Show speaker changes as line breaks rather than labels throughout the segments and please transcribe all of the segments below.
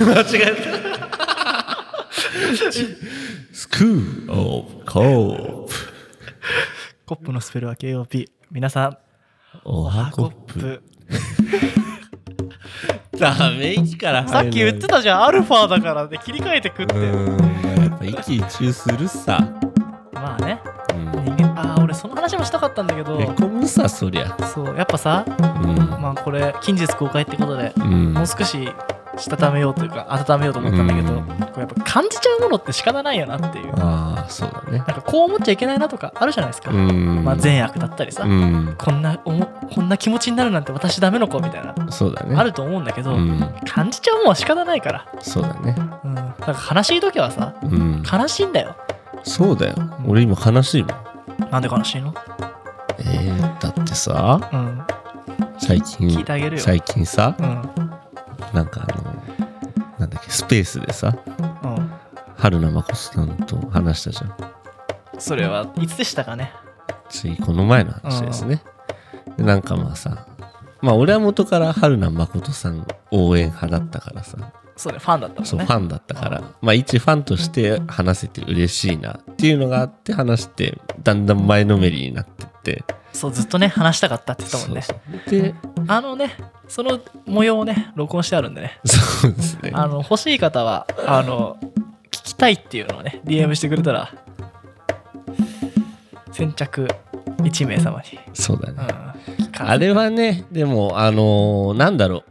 間違え
スクーオブコープ
コップのスペルは KOP 皆さん
おはコップダメ息から
さっき言ってたじゃんアルファだからで切り替えてくって
うーんやっぱ一喜一憂するさ、
まあね
うん、
人間ああ俺その話もしたかったんだけど
へこむさそりゃ
そうやっぱさ
うん、
まあこれ近日公開ってことで
うん
もう少ししたためようというか温めようと思ったんだけど、
うん
これやっぱ感じちゃうものって仕方ないよなっていうなん
ああそうだね
かこう思っちゃいけないなとかあるじゃないですか、
うん
まあ、善悪だったりさ、
うん
こんなおもこんな気持ちになるなんて私ダメの子みたいな
そうだね
あると思うんだけど、
うん
感じちゃうもんは仕方ないから、
そうだね
うん、なんか悲しい時はさ
うん
悲しいんだよ
そうだよ俺今悲しいもん
なんで悲しいの、
えー、だってさ
うん、
最近
聞いてあげるよ、
最近さ
うん
なんかあのなんだっけスペースでさ
うん、
春菜まこさんと話したじゃん
それはいつでしたかね
次この前の話ですね、でなんかまあさまあ俺は元から春菜誠さん応援派だったからさ
そうねファンだったもんね
そうファンだったからまあ一ファンとして話せて嬉しいなっていうのがあって話してだんだん前のめりになってって
そうずっとね話したかったって言ってたもんね
そうで
あのね、その模様をね、録音してあるんでね、
そうですね
あの欲しい方は、あの、聞きたいっていうのをね、DM してくれたら、先着1名様に。
そうだ
うん、
ね
聞か
あれはねでもあのーなんだろう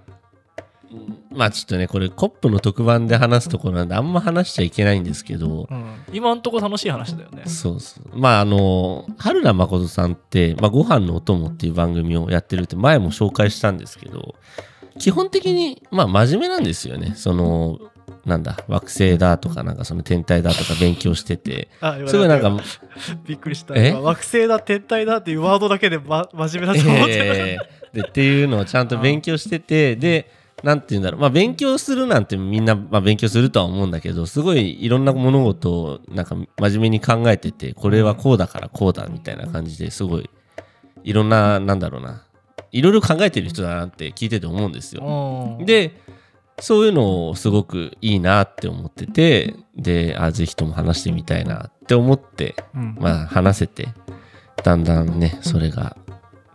まあちょっとねこれコップの特番で話すところなんであんま話しちゃいけないんですけど、
うん、今んとこ楽しい話だよね。
そうそうまああの春名誠さんって「まあ、ご飯のお供」っていう番組をやってるって前も紹介したんですけど基本的にまあ真面目なんですよねそのなんだ惑星だとかなんかその天体だとか勉強して て
あ今
すごいなんか
びっくりした。
え
今惑星だ、天体だっていうワードだけで、ま、真 面目だと思って
え ーでっていうのをちゃんと勉強しててでなんて言うんだろうまあ勉強するなんてみんな、まあ、勉強するとは思うんだけどすごいいろんな物事をなんか真面目に考えててこれはこうだからこうだみたいな感じですごいいろんななんだろうないろいろ考えてる人だなって聞いてて思うんですよ。
うん、
でそういうのをすごくいいなって思っててであぜひとも話してみたいなって思って
うん
まあ話せてだんだんねそれが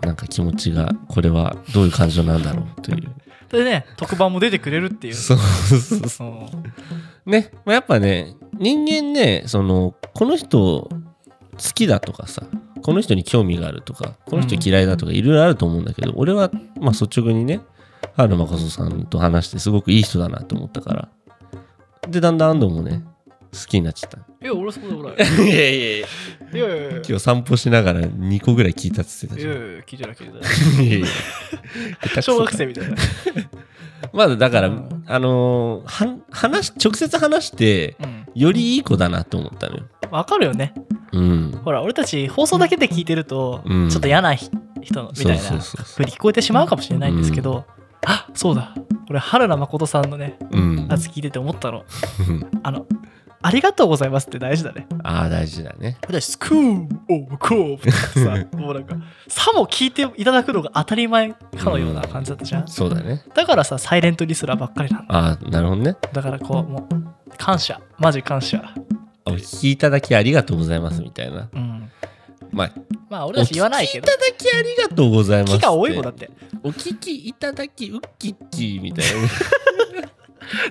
なんか気持ちがこれはどういう感情なんだろうという
でね、特番も出てくれるっていう。
そうそうそ
うん
うね、まあ、やっぱね人間ねそのこの人好きだとかさこの人に興味があるとかこの人嫌いだとかいろいろあると思うんだけど、俺はまあ率直にね春誠さんと話してすごくいい人だなと思ったからでだんだん安藤もね好きになっちゃった。
いや、俺そこで俺。
いやいやいや
いやいやいや。
今日散歩しながら2個ぐらい聞いたっつってた
い
じゃ
や
ん
い。や聞いてない聞いてな い
いやいや
小学生みたいな。
まだだから、
うん
あのーは話直接話して
うん
よりいい子だなと思ったのよ
わかるよね。
うん
ほら、俺たち放送だけで聞いてると、
うん
ちょっと嫌なひ人のみたいな
そうそうそうそ
ふうに聞こえてしまうかもしれないんですけど、あそうだ、俺、原田誠さんのね、
うん
やつ聞いてて思ったの。
うん
あの、ありがとうございますって大事だね。
ああ大事だね
私、スクールオブコープって さ、もうなんか、さも聞いていただくのが当たり前かのような感じだったじゃん。
そうだね
だからさ、サイレントリスラーばっかりなんだ。
ああなるほどね
だからこう、もう、感謝、マジ感謝。
お聞きいただきありがとうございますみたいな
うん。
まあ
まあ、俺たち言わないけど
お聞、きいただきありがとうございます
木が多いもんだってて。
お聞きいただきウッキッキーみたいな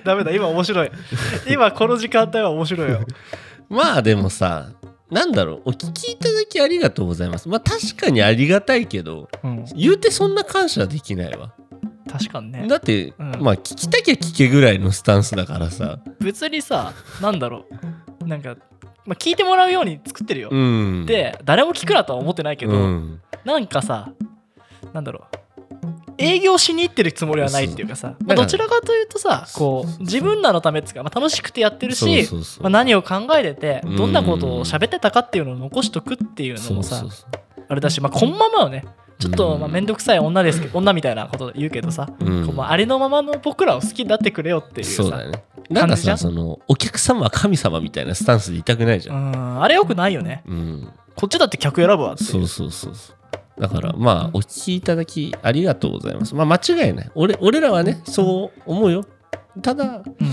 ダメだ、今面白い。今この時間帯は面白いよ。
まあでもさなんだろうお聞きいただきありがとうございますまあ確かにありがたいけど
うん、
言うてそんな感謝できないわ
確かにね。
だって、
うん
まあ聞きたきゃ聞けぐらいのスタンスだからさ
別にさ、なんだろう。なんか、まあ、聞いてもらうように作ってるよ。
うん
で、誰も聞くなとは思ってないけど、
うん
なんかさ、なんだろう。営業しに行ってるつもりはないっていうかさ、ま
な
あ、ど
んか
ちらかというとさ、
そう
こ
そうそう
う、自分らのためっつうか、まあ、楽しくてやってる
そう
し、
そうそう
まあ、何を考えてて、
うん
どんなことを喋ってたかっていうのを残しとくっていうのもさ、
そうそう
あれだし、まあ、こんままをね、ちょっ
う
と
ん
まあ面倒くさい女で すけど、女みたいなこと言うけどさ、
そう、うん
こうまあありのままの僕らを好きになってくれよっていうさ
そうだよねなんか
感じじゃ
さ
ん
そのお客様は神様みたいなスタンスでいたくないじ
う
ゃん、
んあれよくないよね
うん
こっちだって客選ぶわって
そうそうそうそうだからまあお聞きいただきありがとうございますまあ間違いない俺俺らはねそう思うよただ
うん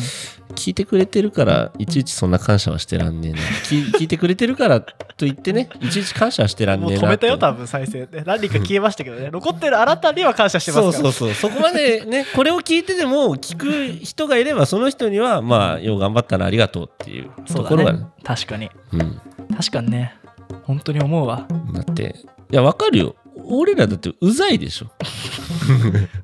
聞いてくれてるからいちいちそんな感謝はしてらんねえ な聞聞いてくれてるからと言ってねいちいち感謝はしてらん
もう
ねえな
止めたよ、
って
多分再生で。何人か消えましたけどね。残ってるあなたには感謝してま
そ
すか
う
ら。
そうそうそこまでねこれを聞いてでも聞く人がいればその人にはまあよう頑張ったなありがとうっていうところ
だ
が
ね。確かに。
うん
確かにね。本当に思うわ。
だっていやわかるよ俺らだってうざいでしょ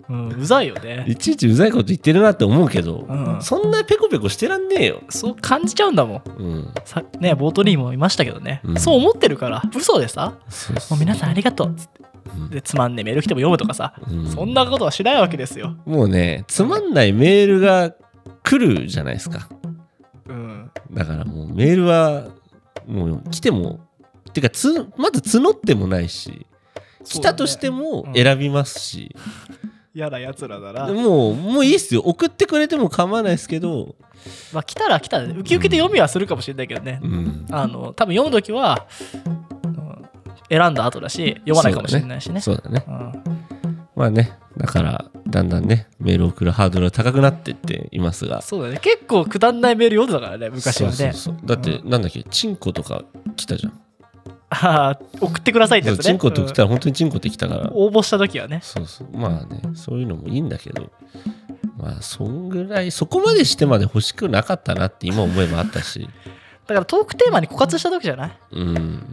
うん、うざいよね。
いちいちうざいこと言ってるなって思うけど、
うん
そんなペコペコしてらんねえよ、
そう感じちゃうんだもん。
うん、
さね、冒頭にもいましたけどね。
うん
そう思ってるから、嘘でさ、
そうそ
もう皆さんありがとうっつって。
うん
で、つまんねえメール来ても読むとかさ、
うん
そんなことはしないわけですよ。
もうねつまんないメールが来るじゃないですか
うん。
だからもうメールはもう来てもてかつまず募ってもないし来たとして
も。
も選びますし、
嫌なやつらなら。
もうもういいっすよ送ってくれても構わないですけど、
まあ、来たら来たで、ウキウキで読みはするかもしれないけどね
う。ん、
あの、多分読むときは、うん選んだ後だし、読まないかもしれないしね。
そうだね
うん
まあねだからだんだんねメールを送るハードルが高くなってっていますが
そうだね。結構くだんないメール読んでたからね、昔はね。
そうそうそうだって、
う
なんだっけチンコとか来たじゃん、
ああ、送ってくださいっ
そ
てや
う
つね。
チンコって来
う
たら本当にチンコって来たから、
ん応募した時はね。
そうそうまあねそういうのもいいんだけどまあそんぐらいそこまでしてまで欲しくなかったなって今思えばあったし
だからトークテーマに枯渇した時じゃない
うん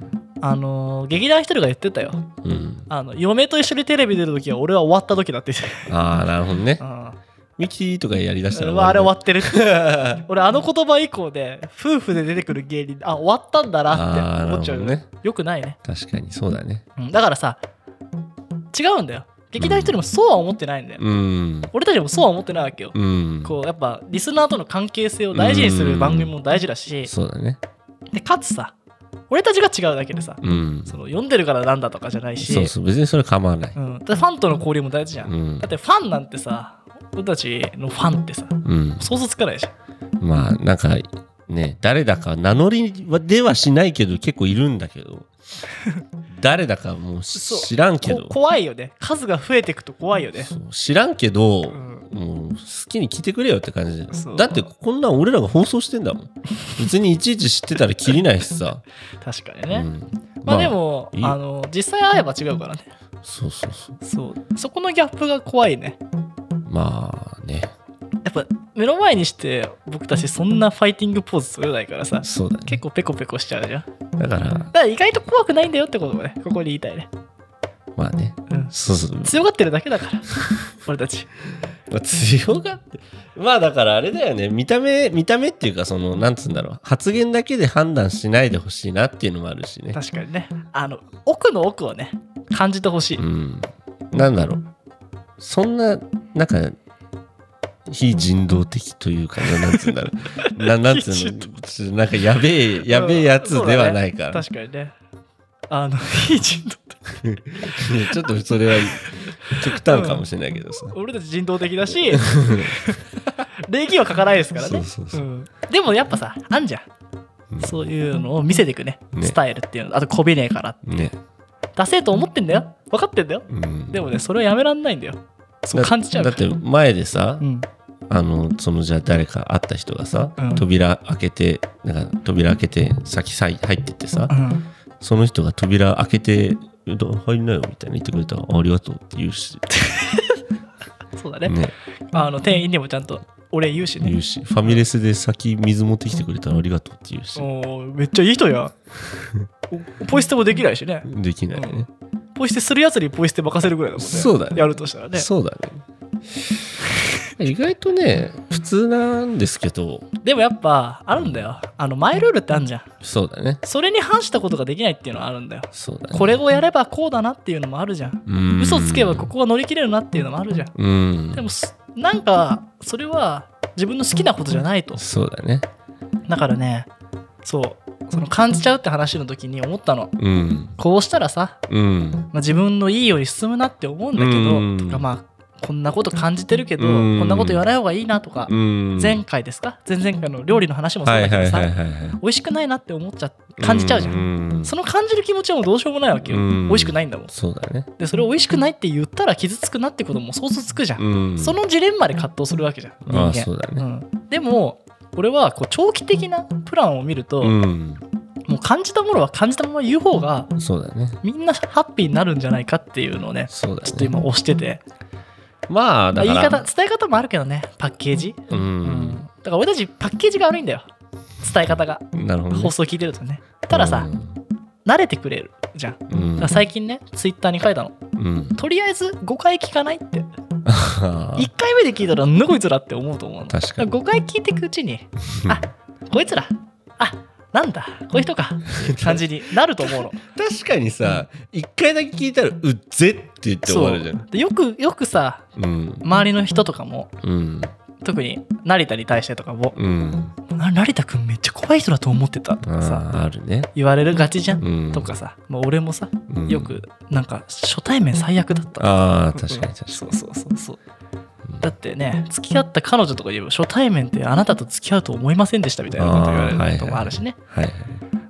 あのー、劇団ひとりが言ってたよ。
うん
あの、嫁と一緒にテレビ出る時は俺は終わった時だって言って
ああなるほどね
た。うん。
ミキとかやりだした
俺
ら
はあれ終わ
っ
ってるって。俺あの言葉以降で、夫婦で出てくる芸人、あ、終わったんだなって思っちゃうよ
あーなるほ
よくないね。
確かにそうだね
うん、だからさ違うんだよ劇団一人もそうは思ってないんだよ、
うん
俺たちもそうは思ってないわけよ、
うん
こうやっぱリスナーとの関係性を大事にする番組も大事だし、
そうだね
でかつさ俺たちが違うだけでさ、
うん
その読んでるからなんだとかじゃないし
そうそう別にそれ構わない、
うん、でファンとの交流も大事じゃん、
うん
だってファンなんてさ俺たちのファンってさ
うん、
想像つかないじゃん
まあなんかね誰だか名乗りはではしないけど結構いるんだけど誰だかもうし
そう
知らんけど
こ怖いよね数が増えていくと怖いよね
そう知らんけど、
ん
もう好きに聞いてくれよって感じ
そう
だってこんなん俺らが放送してんだもん別にいちいち知ってたら切りないしさ、
確かに
う
ね、
ん、
まあでも、
いいよ
あの実際会えば違うからね
そうそうそう
そうそこのギャップが怖いね
まあね
やっぱ目の前にして僕たちそんなファイティングポーズ取れないからさ
そうだね
結構ペコペコしちゃうじゃんだか
だから
ら意外と怖くないんだよってことをねここに言いたいね、
まあね
うん、
そうそう
強がってるだけ だから俺たち
まあ、強がってまあだからあれだよね見た目見た目っていうかそのなんつうんだろう発言だけで判断しないでほしいなっていうのもあるしね
確かにねあの奥の奥をね感じてほしい、
うんなんだろうそんななんか非人道的というかななんつうんだろ うななんつう
非人
のちょっとなんかやべえやべえやつではないから、
うんそうだね確かにねあの いい人道
ちょっとそれは極端かもしれないけどさ、
俺たち人道的 だし礼儀は書かないですからね
そうそうそうん
でもやっぱさあんじゃん、
うん
そういうのを見せていくね
ね
スタイルっていうのあとこびねえから
ね、
出せえと思ってんだよ分かってんだよ
うん、
でもねそれはやめらんないんだよそう
だ
感じちゃう
だって前でさ、
うん
あのそのじゃあ誰か会った人がさ、
うん
扉開けてなんか扉開けて先さい入ってってさ、
うん
その人が扉開けてうどん入んなよみたいな言ってくれたらありがとうって言うし、
そうだね
ね、
あの店員にもちゃんと俺言うし
言
ね
うしファミレスで先水持ってきてくれたらありがとうって言うし、
おーめっちゃいい人やおポイ捨てもできないしね
できないね、
ポイ捨てするやつにポイ捨て任せるぐらいだもんね
そうだね
やるとしたらね
そうだ ね意外とね普通なんですけど
でもやっぱあるんだよあのマイルールってあるじゃん
そうだね
それに反したことができないっていうのはあるんだよ
そうだね
これをやればこうだなっていうのもあるじゃん
うん
嘘つけばここは乗り切れるなっていうのもあるじゃん
うん
でもすなんかそれは自分の好きなことじゃないと
そうだね
だからねそうその感じちゃうって話の時に思ったの
うん
こうしたらさ、
うん
まあ、自分のいいように進むなって思うんだけど、
うん
とかまあこんなこと感じてるけどこ
うん
んなこと言わない方がいいなとか
うん
前回ですか前々回の料理の話もそう
は
だ
い
け
は
ど
い
さ
はいはい
美味しくないなって思っちゃ感じちゃうじゃん
ん
その感じる気持ちはもうどうしようもないわけよ
うん
美味しくないんだもん
そうだね
でそれを美味しくないって言ったら傷つくなってことも想像つくじゃん
うん
そのジレンマで葛藤するわけじゃん人
あ
間
あそうだ
う
ね
ん、でも俺はこう長期的なプランを見ると、
うん
もう感じたものは感じたまま言う方が
そうだね
みんなハッピーになるんじゃないかっていうのをね
そうだ
ちょっと
ね
今押してて、
まあ
ま
だ
あ
か
言い
ら
方伝え方もあるけどねパッケージ、
う
うん
ん
だから俺たちパッケージが悪いんだよ伝え方が
なるほどね
放送聞いてるとねたださ、慣れてくれるじゃんだか
うんうん
ら最近ねツイッターに書いたの
うん
とりあえず5回聞かないって
はあ
1回目で聞いたらなんだこいつらって思うと思うの
確かに
5回聞いていくうちにあこいつらあなんだこういう人かっていう感じになる と思うの
確かにさ一回だけ聞いたら「うっぜ」って言って終わるじゃん
でよくよくさ
うん
周りの人とかも
うん
特に成田に対してとかも
うん
「な成田くんめっちゃ怖い人だと思ってた」とか
あ
さ
ああるね
言われるがちじゃん、
うん
とかさ、まあ、俺もさ
うん
よくなんか初対面最悪だった
ああ確かに確かに
そうそうそうそう
うん
だってね付き合った彼女とか言えば初対面ってあなたと付き合うと思いませんでしたみたいなこと言わ
あーは
れ
いは
る
い
ともあるしね、
はいはい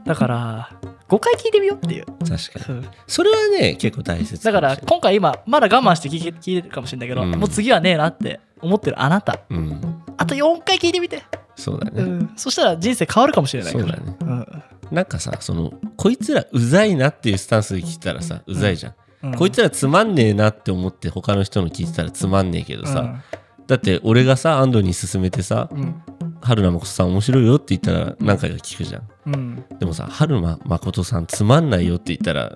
だから5回聞いてみようっていう、
確かにそれはね結構大切
だから
もしれない
今回今まだ我慢して聞い聞いてるかもしれないけど、
うん
もう次はねえなって思ってるあなた
うん
あと4回聞いてみて、
そうだ
う
ね
ん、そしたら人生変わるかもしれないか
そ
ら
うだね
うん
なんかさそのこいつらうざいなっていうスタンスで聞いたらさうざいじゃん、
うん
こいつらつまんねえなって思って他の人の聞いてたらつまんねえけどさ、だって俺がさ安藤に勧めてさ
うん
「春名誠さん面白いよ」って言ったら何回か聞くじゃん
うん
でもさ「春名誠さんつまんないよ」って言ったら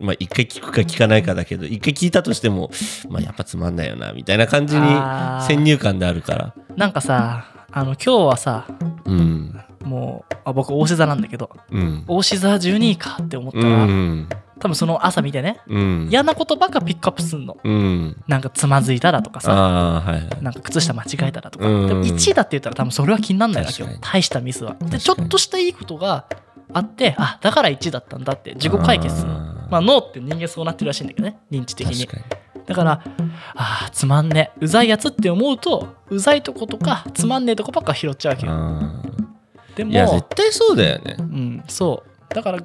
まあ一回聞くか聞かないかだけど一回聞いたとしてもまあやっぱつまんないよなみたいな感じに
あー
先入観であるから
なんかさあの今日はさ
うん
もうあ僕大志座なんだけど
うん
大志座12位かって思った
う
ら、
ん
多分その朝見てね
うん
嫌なことばっかピックアップすんの
うん
なんかつまずいたらとかさ
ああはいはい
なんか靴下間違えたらとか、
うん
でも1位だって言ったら多分それは気にならないわけよ
確かに
大したミスはでち
確
ょ
かに
っとしたいいことがあってあだから1位だったんだって自己解決するのまあ、脳って人間そうなってるらしいんだけどね認知的に
確か
だからあーつまんねえうざいやつって思うとうざいとことかつまんねえとこばっか拾っちゃうわけ
に
よ
あ
で
ーいや
も
絶対そうだよね
うんそうだから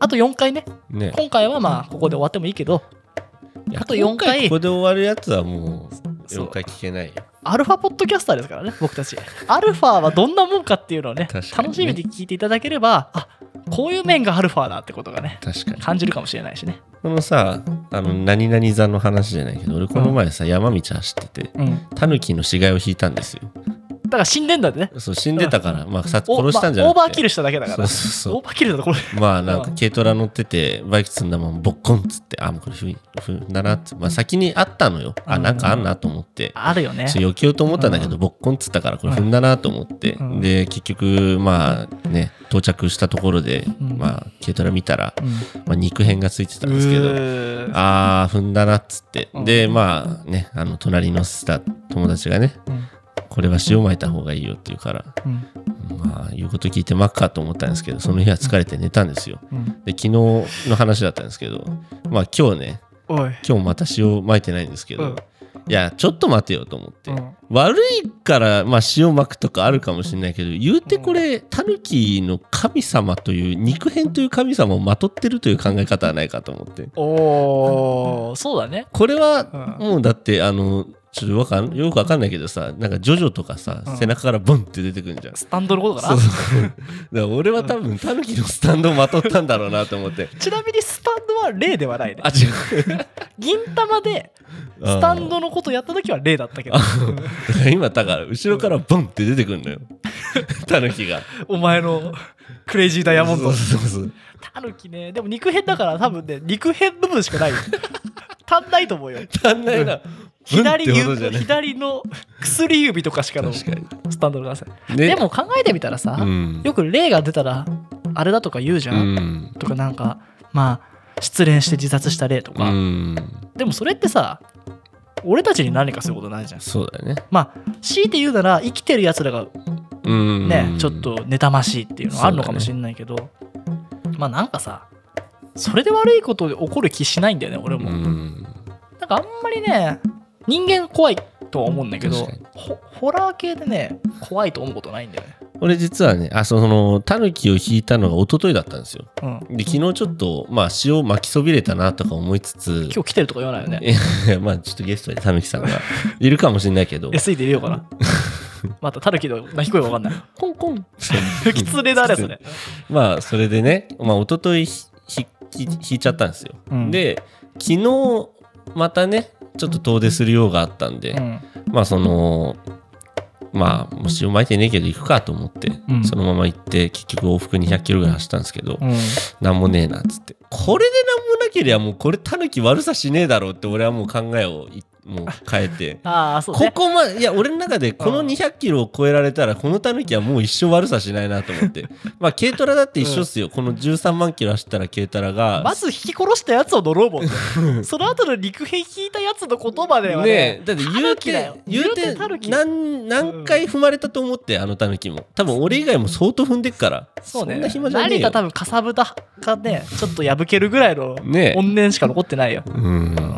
あと4回ね
ね
今回はまあここで終わってもいいけど
いや
あと4回
今ここで終わるやつはもう
そう
4回聞けないよ
アルファポッドキャスターですからね、僕たち。アルファはどんなもんかっていうのをね、
確かにね
楽しみに聞いていただければ、あこういう面がアルファだってことがね、
確かに
感じるかもしれないしね。
このさあの何々座の話じゃないけど俺この前さ山道走ってて
うん、
タヌキの死骸を引いたんですよ
だから死んでんだってね。
そう死んでたからまあさ
お
殺したんじゃ
ま
なくて
あオーバーキルしただけだか
そ
ら。
うそうそ
オーバーキルだとこれ。
うまあなんか軽トラ乗っててバイク積んだままボッコンっつってあもうこれ踏ん踏んだなってまあ先にあったのよあなんかあんなと思って
あるよね。
そう避けようと思ったんだけど、ボッコンっつったからこれ踏んだなと思って、
うん
で結局まあね到着したところで、
うん
まあ軽トラ見たら、
うん
まあ、肉片がついてたんですけど
うー
あー踏んだなっつって、
うん
でまあねあの隣のスタ友達がね
うん
これは塩まいた方がいいよって言うから
うん
まあ言うこと聞いてまっかと思ったんですけどその日は疲れて寝たんですよ
うん
で昨日の話だったんですけどまあ今日ね
おい。
今日また塩まいてないんですけど、
うん
いやちょっと待てよと思って、
うん
悪いから、まあ、塩まくとかあるかもしれないけど言うてこれタヌキの神様という肉片という神様をまとってるという考え方はないかと思って
おー、そうだね。
これ
う
は
ん
もうだってあのちょっとわかんよくわかんないけどさなんかジョジョとかさ、
うん
背中からボンって出てくるんじゃん。
スタンドのことか
そう
な。
そうだから俺は多分タヌキのスタンドをまとったんだろうなと思って
ちなみにスタンドは例ではないね
あ。違う
銀玉でスタンドのことやった時は例だったけど。
だから今だから後ろからボンって出てくるのよタヌキが
お前のクレイジーダイヤモン
そ
ド
うそうそう
タヌキねでも肉片だから多分ね肉片部分しか ないよ足んないと思うよ
足んないな
左
ブンってことじゃ
指
ない
左の薬指とかしかのス
確かに
タンドがさ
ね
でも考えてみたらさ、
うん
よく例が出たらあれだとか言うじゃ、
うんん
とかなんかまあ失恋して自殺した例と
う
か、
ん
でもそれってさ俺たちに何かすることないじゃん
そうだね
まあ強いて言うなら生きてるやつらが
うん
ね、ちょっと妬ましいっていうのはあるのかもしれないけど、まあなんかさそれで悪いことで起こる気しないんだよね俺
う
も、
ん
なんかあんまりね人間怖いとは思うんだけど
確かに
ホホラー系でね怖いと思うことないんだよね
俺実はねあそのタヌキを引いたのが一昨日だったんですよ
うん
で昨日ちょっとまあ塩巻きそびれたなとか思いつつ
今日来てるとか言わないよね
いやまあちょっとゲストでタヌキさんがいるかもしれないけ ど
SE で入れようかな またタヌキの鳴き声わかんないコンコン
うん
きつれだねそれ、
まあそれでねまあ一昨日ひひ引いちゃったんですよ、
うん
で昨日またねちょっと遠出する用があったんで、
うん
まあそのまあもう塩巻いてねえけど行くかと思って、
うん
そのまま行って結局往復200キロぐらい走ったんですけど、
うん
なんもねえなっつってこれでなんもなけりゃもうこれタヌキ悪さしねえだろうって俺はもう考えをいもう変えて
ああそう
こ
ね
こまでいや俺の中でこの
うん
200キロを超えられたらこのタヌキはもう一生悪さしないなと思って まあ軽トラだって一緒っすよ、この13万キロ走ったら軽トラが
まず引き殺したやつをドローボ ンだよその後の陸兵引いたやつの言葉ではね
ねえだって
タ
言う
ヌキだよ
て言う
言うてタヌ
て
キ
何何回踏まれたと思ってあのタヌキも多分俺以外も相当踏んでっから
そうね
んな暇じゃねえ
何か
よ
多分かさぶたかねちょっと破けるぐらいの
ねえ
怨念しか残ってないよ、
うん
うん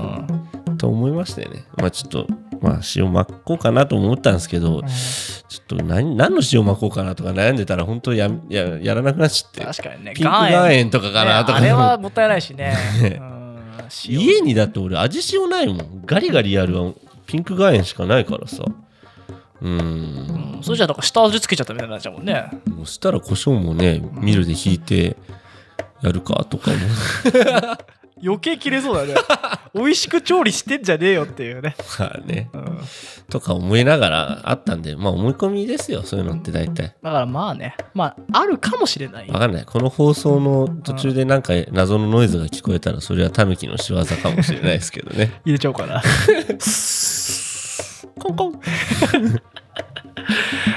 と思いましたよね。まあちょっと、まあ塩まこうかなと思ったんですけど、
うん
ちょっと何何の塩まこうかなとか悩んでたら本当やややらなくなっちゃって。
確かにね
ピンク岩塩とかかなとか
ねあれ
思
は
う、
もったいないしね
ね
うん塩
家にだって俺味塩ないもん。ガリガリやるはピンク岩塩しかないからさ。う。
うんんそれじゃだから下味つけちゃったみたいになっちゃうもんね
そしたら胡椒もね、ミルで引いてやるかとか思う。
余計切れそ うだね美味しく調理してんじゃねえよっていうね、
まあね。
うんだ
とか思いながらあったんで、まあ思い込みですよ、そういうのって大体。
からまあねまああるかもしれない
わかんない。この放送の途中でなんか謎のノイズが聞こえたら、それはタヌキの仕業かもしれないですけどね。
入れちゃおうかなコンコン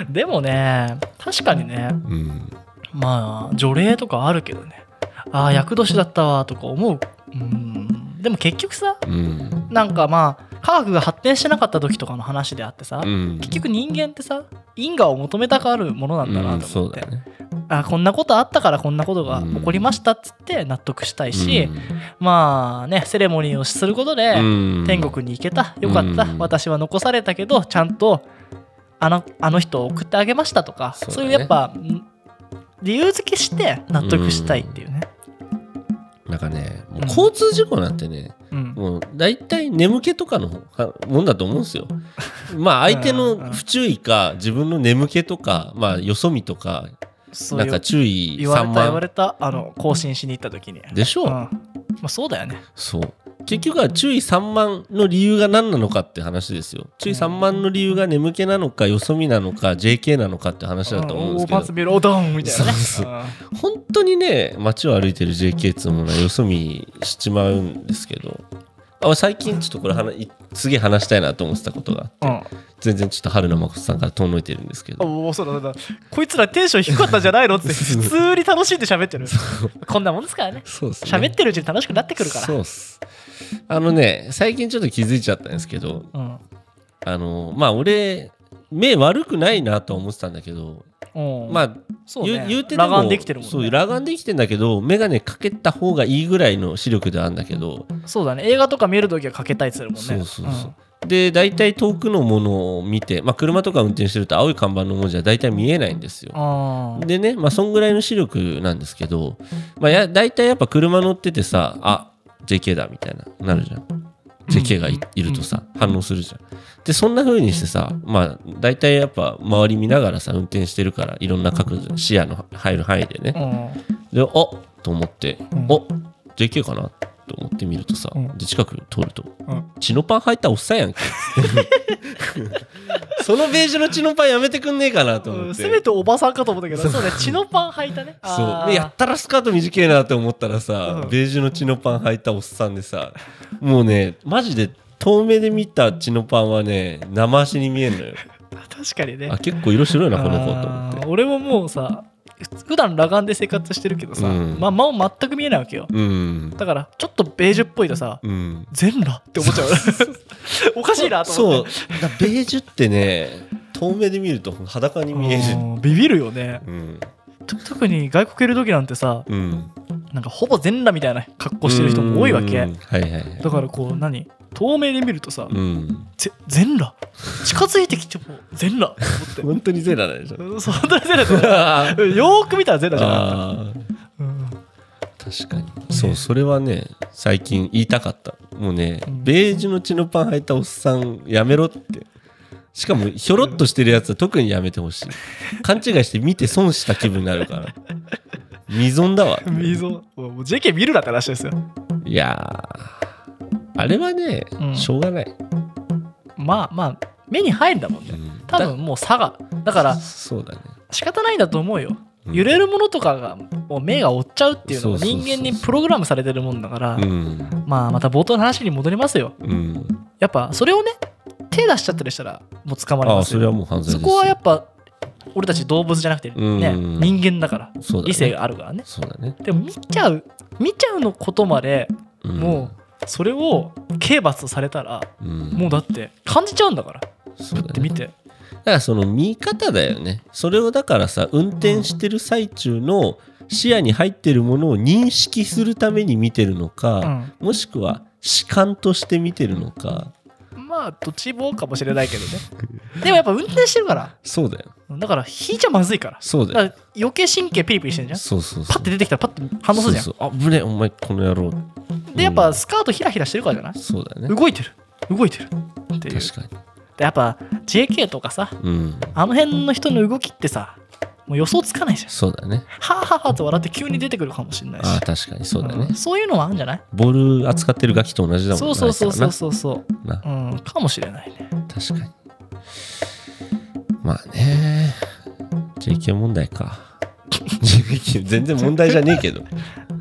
でもね確かにね
うん。
まあ除霊とかあるけどねああ厄年だったわとか思ううんでも結局さ
うん。
なんかまあ科学が発展してなかった時とかの話であってさ、
うん。
結局人間ってさ因果を求めたがるものなんだ
う
なんと
そ
思っ
う
て、
だよね。
あこんなことあったからこんなことが起こりましたっつって納得したいし、まあねセレモニーをすることで、
うん、
天国に行けたよかった、
うん
私は残されたけどちゃんとあのあの人を送ってあげましたとかそう,、
そうだね
いうやっぱん理由付けして納得したいっていうね、
なんかね、もう交通事故なんてね、
うん
もう大体眠気とかのはもんだと思うんですよ。まあ相手の不注意か、自分の眠気とか、まあよそ見とか、
そう
なん
いう
か注意
言われ
散
た言わ
漫
れたあの更新しに行った時に
でしょ
うんまあ、そうだよね
そう結局は注意散漫の理由が何なのかって話ですよ注意散漫の理由が眠気なのかよそ見なのか JK なのかって話だと思うん
ん
です
大
けど
パンツビロードンみたいなね
そうそ
うん
本当にね街を歩いてる JK っつうものはよそ見しちまうんですけどあ俺最近ちょっとこれ話いすげえ話したいなと思ってたことがあって、全然ちょっと春の誠さんから遠のいてるんですけど
うん、おそうだそうだこいつらテンション低かったんじゃないのって普通に楽しんで喋ってるこんなもんですからね
そうです
喋ってるうちに楽しくなってくるから
そうっすあのね最近ちょっと気づいちゃったんですけど
うん
あのまあ俺目悪くないなとは思ってたんだけど、
うん
まあ
そうね
言う言うてでも
裸眼できてるもんね
そう裸眼できてんだけど眼鏡かけた方がいいぐらいの視力ではあるんだけど、
そうだね映画とか見るときはかけたりするもんね
そうそうそう、で大体遠くのものを見て、まあ、車とか運転してると青い看板の文字は大体見えないんですよ
うん、あー
でねまあそんぐらいの視力なんですけど、まあ、や大体やっぱ車乗っててさあ JK だみたいななるじゃん JK がい,、るとさ反応するじゃんでそんな風にしてさまあ大体やっぱ周り見ながらさ運転してるからいろんな角度視野の入る範囲でね、
う
で、あと思って、
うん
お JK かなと思ってみるとさ、
うん
で近く通ると、
うん
チノパン履いたおっさんやんけ。 そのベージュのチノパンやめてくんねえかなと
んう
思っ
ん
て。
せめておばさんかと思ったけどそうね血のパン履いたね
そ
あ
う
ー
でやったらスカート短いなと思ったらさ、
うん
ベージュのチノパン履いたおっさんでさもうねマジで遠目で見たチノパンはね生足に見えるのよ
確かにね
あ結構色白いなこの子と思
あ
って
ー俺ももうさふ普段裸眼で生活してるけどさ、
うん
まあ、まあ全く見えないわけよ
うん
だからちょっとベージュっぽいとさ
うん
全裸って思っち ゃうおかしいなと思って
そうだベージュってね遠目で見ると裸に見える
うんビビるよね
うん
と特に外国いる時なんてさ
うん
なんかほぼ全裸みたいな格好してる人も多いわけ
うんはいはいはい
だからこう何透明で見るとさ、
うん、
ぜ全裸近づいてきても全裸と思って
本当にゼラ なんでしょ
うんそんな全裸じゃないよーく見たら全裸じゃなかっ
あー
た、うん
確かにそうそれはね最近言いたかったもうね、ベージュの血のパン履いたおっさんやめろってしかもひょろっとしてるやつは特にやめてほしい勘違いして見て損した気分になる から未存だわ
溝もう JK 見るなって話ですよ
いやーあれはね、
うん
しょうがない、
まあまあ目に入るんだもん
う
ね
ん
多分もう差がだから
そうだね
仕方ないんだと思うよ
うん
揺れるものとかがもう目が追っちゃうっていうのが
そうそうそ
人
うそう
間にプログラムされてるもんだから
うん
まあまた冒頭の話に戻りますよ
うん
やっぱそれをね手出しちゃったりしたらもう捕まれ
あ
ま
あ
す
それ
よ
はもう犯罪
そ
です
こはやっぱ俺たち動物じゃなくてね
うん
人間だから
そうだね
理性があるからね
そうだね、
でも見ちゃう見ちゃうのことまで
うん
もうそれを刑罰とされたら
うん、
もうだって感じちゃうんだから
そう
っ
だ
て
ね
見て
だからその見方だよねそれをだからさ運転してる最中の視野に入ってるものを認識するために見てるのか、もしくは視観として見てるのか
まあどっちもかもしれないけどねでもやっぱ運転してるから
そうだよ
だから引いちゃまずいから
そうだ
だ
よ
から余計神経ピリピリしてんじゃん
そうそうそう
パッて出てきたらパッて反応するじゃん
そうそうあぶねえお前この野郎
でやっぱスカートヒラヒラしてるからじゃない
そうだよね
動いてる動いてるっていう
確か
でやっぱ JK とかさ
にうん
あの辺の人の動きってさもう予想つかないじゃん
そうだね
はあはあはあと笑って急に出てくるかもしれないし
ああ確かにそうだね
んそういうのはあるんじゃない
ボール扱ってるガキと同じだもん
そうそうそうそう
な
そうそう
な
うんかもしれないね
確かにまあね JK 問題か JK 全然問題じゃねえけどオー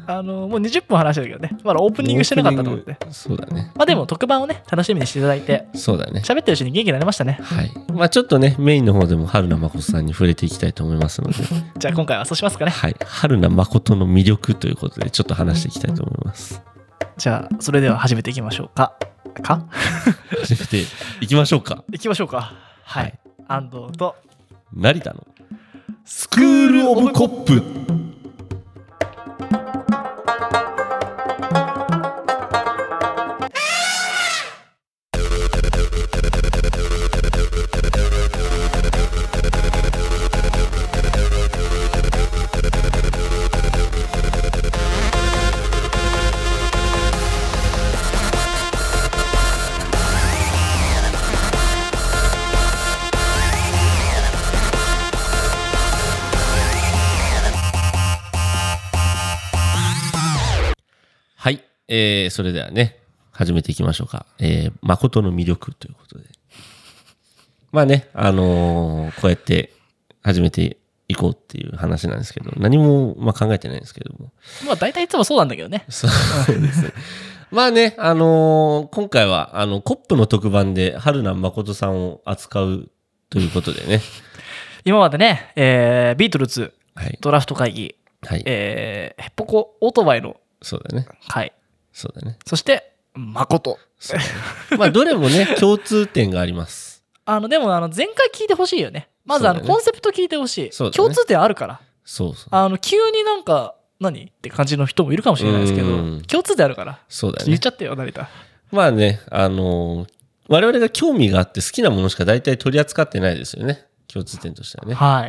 あのもう20分話してるけどねまだオープニングしてなかったと思って
プニングそうだね
まあでも特番をね楽しみにしていただいて
そうだね
喋ってるうちに元気になりましたね
はいまあちょっとねメインの方でも春名誠さんに触れていきたいと思いますの で、
じゃあ今回はそうしますかね
はい、春名誠の魅力ということでちょっと話していきたいと思い ます
じゃあそれでは始めていきましょうかか
始めていきましょうか
いきましょうかはい安藤と
成田のスクール・オブ・コップはい、えー、それではね始めていきましょうか、えー、誠の魅力ということでまあねあのーこうやって始めていこうっていう話なんですけど何も、まあ、考えてないんですけども
まあ大体いつもそうなんだけどね
そうですねまあねあのー今回はあのコップの特番で春名誠さんを扱うということでね
今までね、えービートルズ
はい
ドラフト会議、
はい
えーヘッポコオートバイの
そうだね
会
そうだね
そして誠
そうだねまあどれもね共通点があります
あのでもあの前回聞いてほしいよねまずあの、
そうだね
コンセプト聞いてほしい、
そうだね
共通点あるから
そうそう
あの急になんか何って感じの人もいるかもしれないですけど
うん
共通点あるから
そうだね
言っちゃってよ成田
まあね、あのー我々が興味があって好きなものしか大体取り扱ってないですよね。共通点としてはね。
はい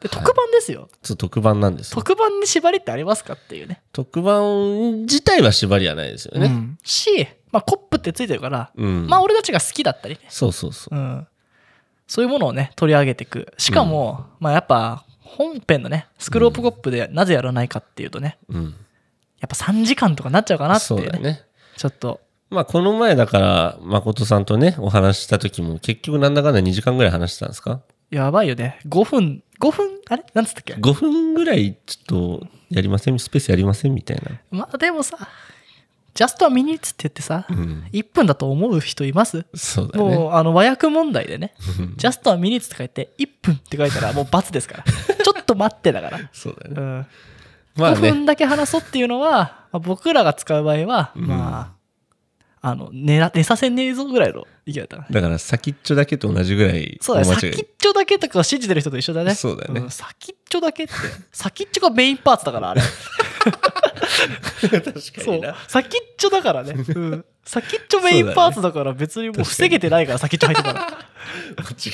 で
はい
特番ですよ、
そう特番なんですよ。
特番に縛りってありますかっていうね
特番自体は縛りはないですよ
う
ね。
んし、まあ、コップってついてるから、
うん。
まあ俺たちが好きだったりね
そうそうそう。
うん、そういうものをね取り上げていくしかも、まあやっぱ本編のねスクロープコップでなぜやらないかっていうとね
うん。
やっぱ3時間とかなっちゃうかなって、
そう
ね
だよね。
ちょっと
まあこの前だから、誠さんとね、お話しした時も結局なんだかんだ2時間ぐらい話したんですか
やばいよね5分5分あれなんつったっけ
?5 分ぐらいちょっとやりませんスペースやりませんみたいな。
まあでもさジャストはミニッツって言ってさ、
うん。
1分だと思う人います
そうだね。
もうあの和訳問題でね「ジャストはミニッツ」って書いて「1分」って書いたらもう罰ですから ちょっと待ってだから、
そうだ
う
ね。
ん、
まあ
5
ね。
分だけ話そうっていうのは、まあ僕らが使う場合は、
うん
まあ、あの寝ら寝させねえぞぐらいの意見だったな。
だから先っちょだけと同じぐらい
そうだね、
大間違い
先っちょだけとかを信じてる人と一緒だね。
そうだよね
ん先っちょだけって、先っちょがメインパーツだから、あれ。
確か
そう。先っちょだからね。うん。先っちょメインパーツだから別にもう防げてないから先っちょ入ってたら。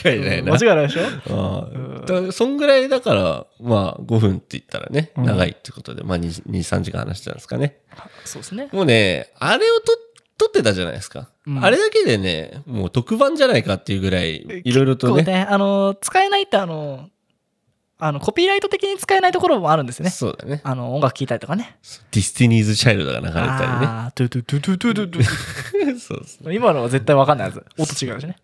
間違いないな。
間違いないでしょ
ああ
うん
だからそんぐらいだから、まあ、5分って言ったらね、
うん
長いってことで、まあ2、2、3時間話してたんですかね。
そうですね。
もうね、あれをと撮ってたじゃないですか、
うん
あれだけでね、もう特番じゃないかっていうぐらい、いろいろと
こう
ね
ね、あの、使えないってあの、あの、コピーライト的に使えないところもあるんですよね。
そうだね。
あの、音楽聴いたりとかね。
ディスティニーズ・チャイルドが流れた
ああ、トゥトゥトゥトゥトゥトゥトゥ
りね。そうですね。
今のは絶対わかんないやつ。音違うしね。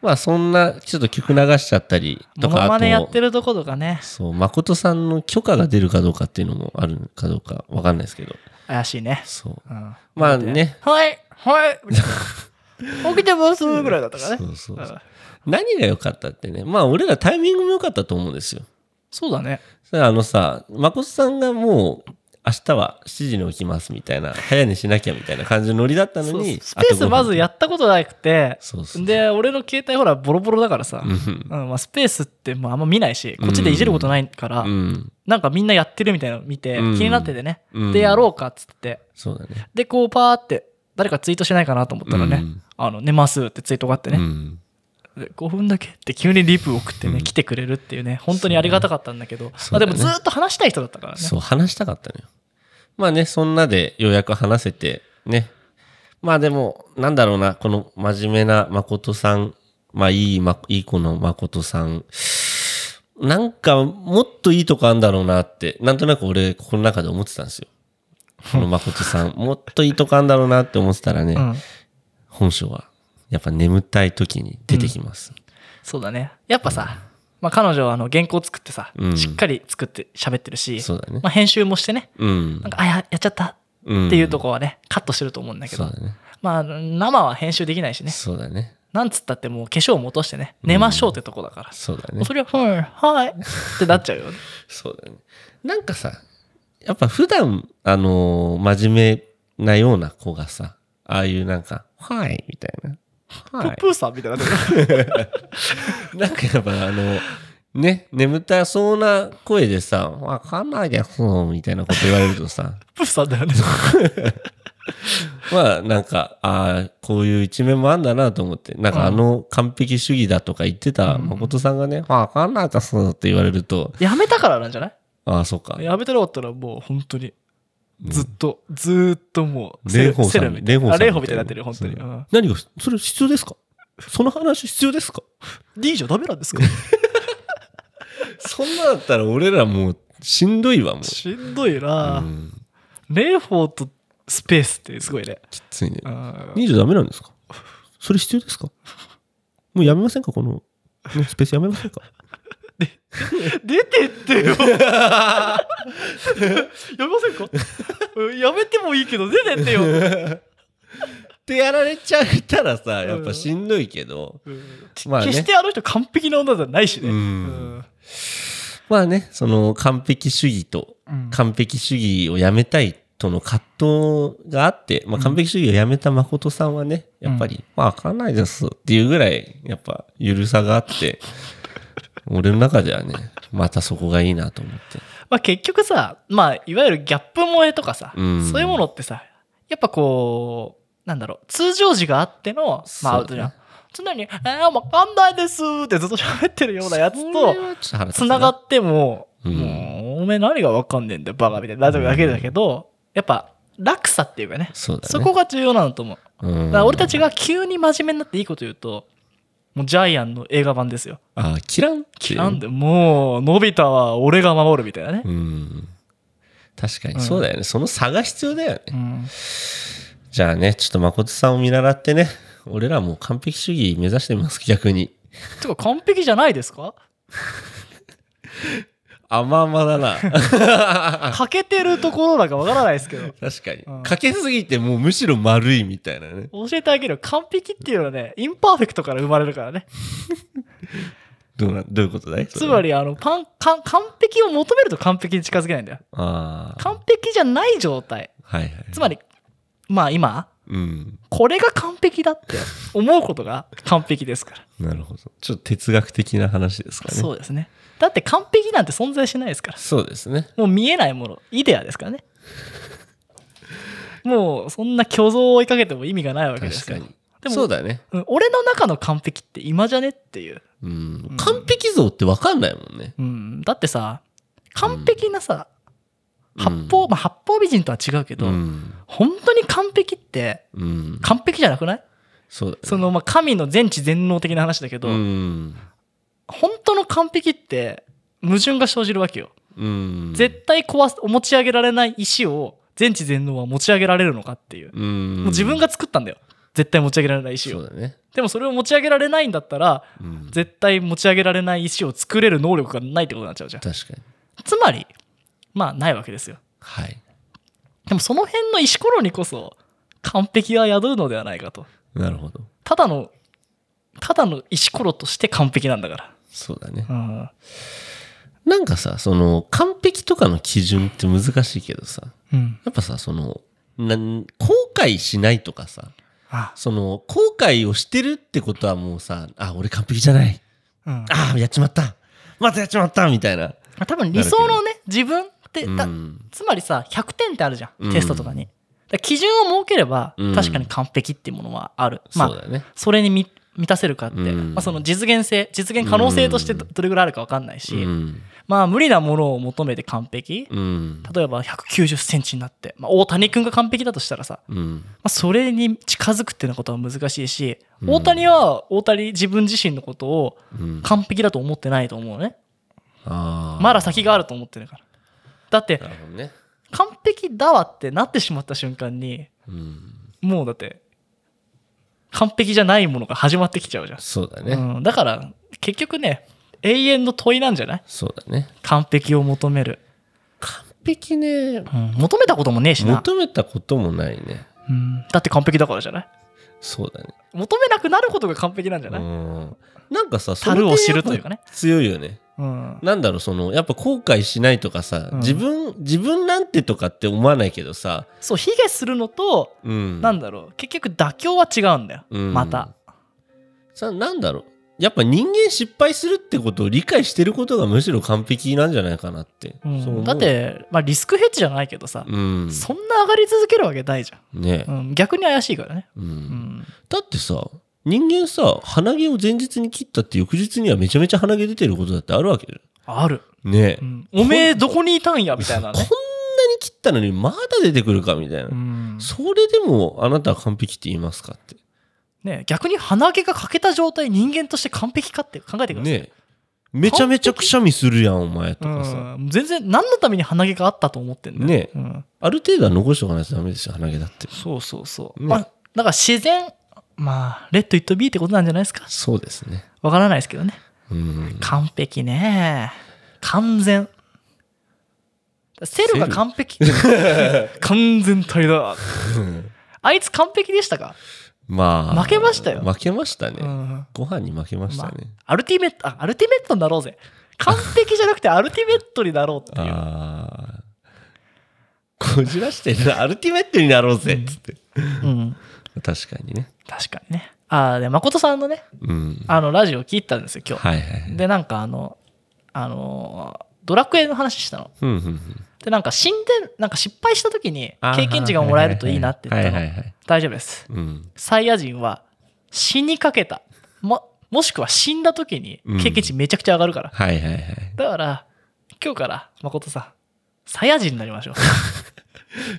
まあ、そんな、ちょっと曲流しちゃったりと
モ
か、
ノマネや
あ
って
と、
るとことかね。
そう、誠さんの許可が出るかどうかっていうのもあるかどうかわかんないですけど、
怪しいね。
そう。
うん
まあね。
はいはいみたいな起きてますぐらいだったからね。
そうそう
う
そうん何が良かったってねまあ俺らタイミングも良かったと思うんですよ
そうだね。
それあのさ誠さんがもう明日は7時に起きますみたいな早寝しなきゃみたいな感じのノリだったの
そう
に
スペースまずや
っ
ったことなくて、
そうそう
で、俺の携帯ほら、ボロボロだからさ
う、ん
うんまあ、スペースってもうあんま見ないし、こっちでいじることないから、
うん
なんかみんなやってるみたいなの見て、
うん
気になっててね、
うん
で、やろうかっつって、
そうだね
で、こう、パーって、誰かツイートしないかなと思ったらね、
うん
あの寝ますってツイートがあって
う
ね、
ん
で5分だけって急にリプ送ってね、
うん
来てくれるっていうね、本当にありがたかったんだけど、
そ
まあ
う
で
だね
もずっと話したい人だったからね。
そう話したかったのよまあねそんなでようやく話せてねまあでもなんだろうなこの真面目な誠さんまあいい,、ま、いい子の誠さんなんかもっといいとこあんだろうなってなんとなく俺この中で思ってたんですよこの誠さん もっといいとこあんだろうなって思ってたらね、
うん
本性はやっぱ眠たい時に出てきます、
そうだね。やっぱさ、まあ、彼女はあの原稿作ってさ、
うん
しっかり作って喋ってるし、
そうだね
まあ、編集もしてね、
うん
なんか、あ、ややっちゃった
うん
っていうとこはね、カットしてると思うんだけ
そ
ど
う、だね
まあ、生は編集できないしね、
そうだね
なんつったってもう化粧も落としてね、寝ましょうってとこだから、
そうだ
も
ね
うそれは、はい、はいってなっちゃうよね。
そうだね。なんかさ、やっぱ普段、あのー真面目なような子がさ、ああいうなんか、はい、みたいな。
プ
は
ープーさんみたいになってる。
い。 なんかやっぱあの、ね、眠たそうな声でさ、わかんないです、みたいなこと言われると さ、
プーさんだよね。
まあなんか、ああ、こういう一面もあんだなと思って、なんかあの完璧主義だとか言ってた
うん
誠さんがね、わかんないですって言われると、
やめたからなんじゃない
ああ、そうか。
やめてなかったらもう本当に、ずっと、ずーっともう、
蓮舫さん
セレブみたい
蓮舫さん
あ蓮舫みたいになってるよ、本当に。
そう
うん
何が、それ必要ですかその話必要ですか
D じゃダメなんですか
そんなだったら俺らもうしんどいわ、もう。
しんどいな、
うん
レイフォーとスペースってすごいね。
きついね
う。ん
20ダメなんですかそれ必要ですかもうやめませんかこの、ねスペースやめませんか
出てってよやめませんかうんやめてもいいけど出てってよ、
ってやられちゃったらさ、やっぱしんどいけど、
うん
まあね
決してあの人完璧な女じゃないしね。
うんまあね、その完璧主義と、
うん
完璧主義をやめたいとの葛藤があって、まあ完璧主義をやめた誠さんはね、やっぱり、まあわかんないですっていうぐらい、やっぱゆるさがあ って、俺の中ではね、またそこがいいなと思って。
まあ、結局さ、まあ、いわゆるギャップ萌えとかさ、
うん
そういうものってさやっぱこうなんだろう通常時があってのまあア
そう
ウト
だ
じ
ね
ゃん常に「えー、わかんないです」ってずっと喋ってるようなやつと
と
つながっても、
うん
もうおめえ何がわかんねえんだよバカみたいになるだけだけど、やっぱ落差っていうかね
そうだね。
そこが重要なんだと思うだ
うん、
から俺たちが急に真面目になっていいこと言うともうジャイアンの映画版ですよ
あ、キランっていう
なんでもうのび太は俺が守るみたいなね、
うん。確かにそうだよね。その差が必要だよね。
うん
じゃあね、ちょっと誠さんを見習ってね、俺らもう完璧主義目指してます、逆に。
てか完璧じゃないですか
甘々だな。
欠けてるところなんかわからないですけど
確かに
うん。
かけすぎてもうむしろ丸いみたいなね。
教えてあげるよ完璧っていうのはねインパーフェクトから生まれるからね
どうな、どういうことだい
つま
り。
りあのパンかん完璧を求めると完璧に近づけないんだよ
ああ。
完璧じゃない状態
はいはい。
つまりまあ今
うん。
これが完璧だって思うことが完璧ですから、
なるほど。ちょっと哲学的な話ですかね。
そうですねだって完璧なんて存在しないですから
そうですね。
もう見えないものイデアですからねもうそんな虚像を追いかけても意味がないわけです
確
よ
かに
でも
そうだね
うん俺の中の完璧って今じゃねっていう、
うん
うん
完璧像って分かんないもんね
うん、だってさ完璧なさ、
うん
八方、まあ、八方美人とは違うけど、
うん
本当に完璧って
うん
完璧じゃなくない
そうだね
その、まあ、神の全知全能的な話だけど、
うん
本当の完璧って矛盾が生じるわけよ、
うん
絶対壊す持ち上げられない石を全知全能は持ち上げられるのかっていう、
うん
もう自分が作ったんだよ絶対持ち上げられない石
そ
を
うだね
でもそれを持ち上げられないんだったら
うん
絶対持ち上げられない石を作れる能力がないってことになっちゃうじゃん
確かに
つまりまあないわけですよ
はい
でもその辺の石ころにこそ完璧が宿るのではないかと
なるほど
ただのただの石ころとして完璧なんだか
そうだね
らうん
なんかさその完璧とかの基準って難しいけどさ
うん
やっぱさそのなん後悔しないとかさ
あ
その後悔をしてるってことはもうさあ俺完璧じゃない
うん
ああやっちまったまたやっちまったみたいな
多分理想のね自分ってた
うん
つまりさ100点ってあるじゃ
うん
んテストとかに、だから基準を設ければ
うん
確かに完璧っていうものはある、ま
そう
あ
だね
それに満満たせるかって、
うん
まあ、その実現性実現可能性としてど
う
どれぐらいあるか分かんないし、
うん
まあ無理なものを求めて完璧
うん
例えば1 9 0センチになって、まあ、大谷君が完璧だとしたらさ、ま
うん
あ、それに近づくっていうのことは難しいし
うん
大谷は大谷自分自身のことを
うん
完璧だと思ってないと思うね
あー
まだ先があると思ってるからだって
なるほどね
完璧だわってなってしまった瞬間に
うん
もうだって完璧じゃないものが始まってきちゃうじゃん、
そうだね
うん、だから結局ね永遠の問いなんじゃない
そうだね
完璧を求める、
完璧ね
うん、求めたこともねえしな、
求めたこともないね
うん、だって完璧だからじゃない
そうだね
求めなくなることが完璧なんじゃ
う
ない、うん
んなんかさ
樽を知るというかね
それってやっぱ強いよねなんだろうそのやっぱ後悔しないとかさ、
うん
自分自分なんてとかって思わないけどさ、
そう卑下するのと、
うん、
なんだろう結局妥協は違うんだよ、
うん
また
さなんだろうやっぱ人間失敗するってことを理解してることがむしろ完璧なんじゃないかなって、
う
そう思うん
だっ、て、まあ、リスクヘッジじゃないけどさ、
うん、
そんな上がり続けるわけないじ
ね
ゃ、ん、うん、逆に怪しいからね、
うん
うん、
だってさ人間さ鼻毛を前日に切ったって翌日にはめちゃめちゃ鼻毛出てることだってあるわけじ
ある
ゃんねえ、
うんおめえどこにいたんやみたいな
こんな に
ね。
切ったのにまだ出てくるかみたいな、
うん
それでもあなたは完璧って言いますかって
ね、逆に鼻毛が欠けた状態人間として完璧かって考えてください、
ねえめちゃめちゃくしゃみするやんお前とかさ、
うん全然何のために鼻毛があったと思ってんだよ
ね
うん
ある程度は残しておかないとダメですよ鼻毛だって
そうそうそう、
ね
まあ、だから自然まあレッド・イット・ビーってことなんじゃないですか
そうですね
わからないですけどね
うん
完璧ね完全セルが完璧完全体だあいつ完璧でしたか、
まあ
負けましたよ
負けましたね、
うん
ご飯に負けましたね、
アルティメットあアルティメットになろうぜ完璧じゃなくてアルティメットになろうっていう
ああこじらしてるなアルティメットになろうぜっつって、
うん、
確かにね
確かにねああで誠さんのね
うん
あのラジオ聞いたんですよ今日、
はいはいはい
でなんかあのあのードラクエの話したの
うんうんうん
でなんか死んでなんか失敗した時に
あー
経験値がもらえるといいなって言ったの、
はいはいはい
大丈夫です
うん
サイヤ人は死にかけたももしくは死んだ時に経験値めちゃくちゃ上がるから、
はいはいはい
だから今日から誠さんサイヤ人になりましょう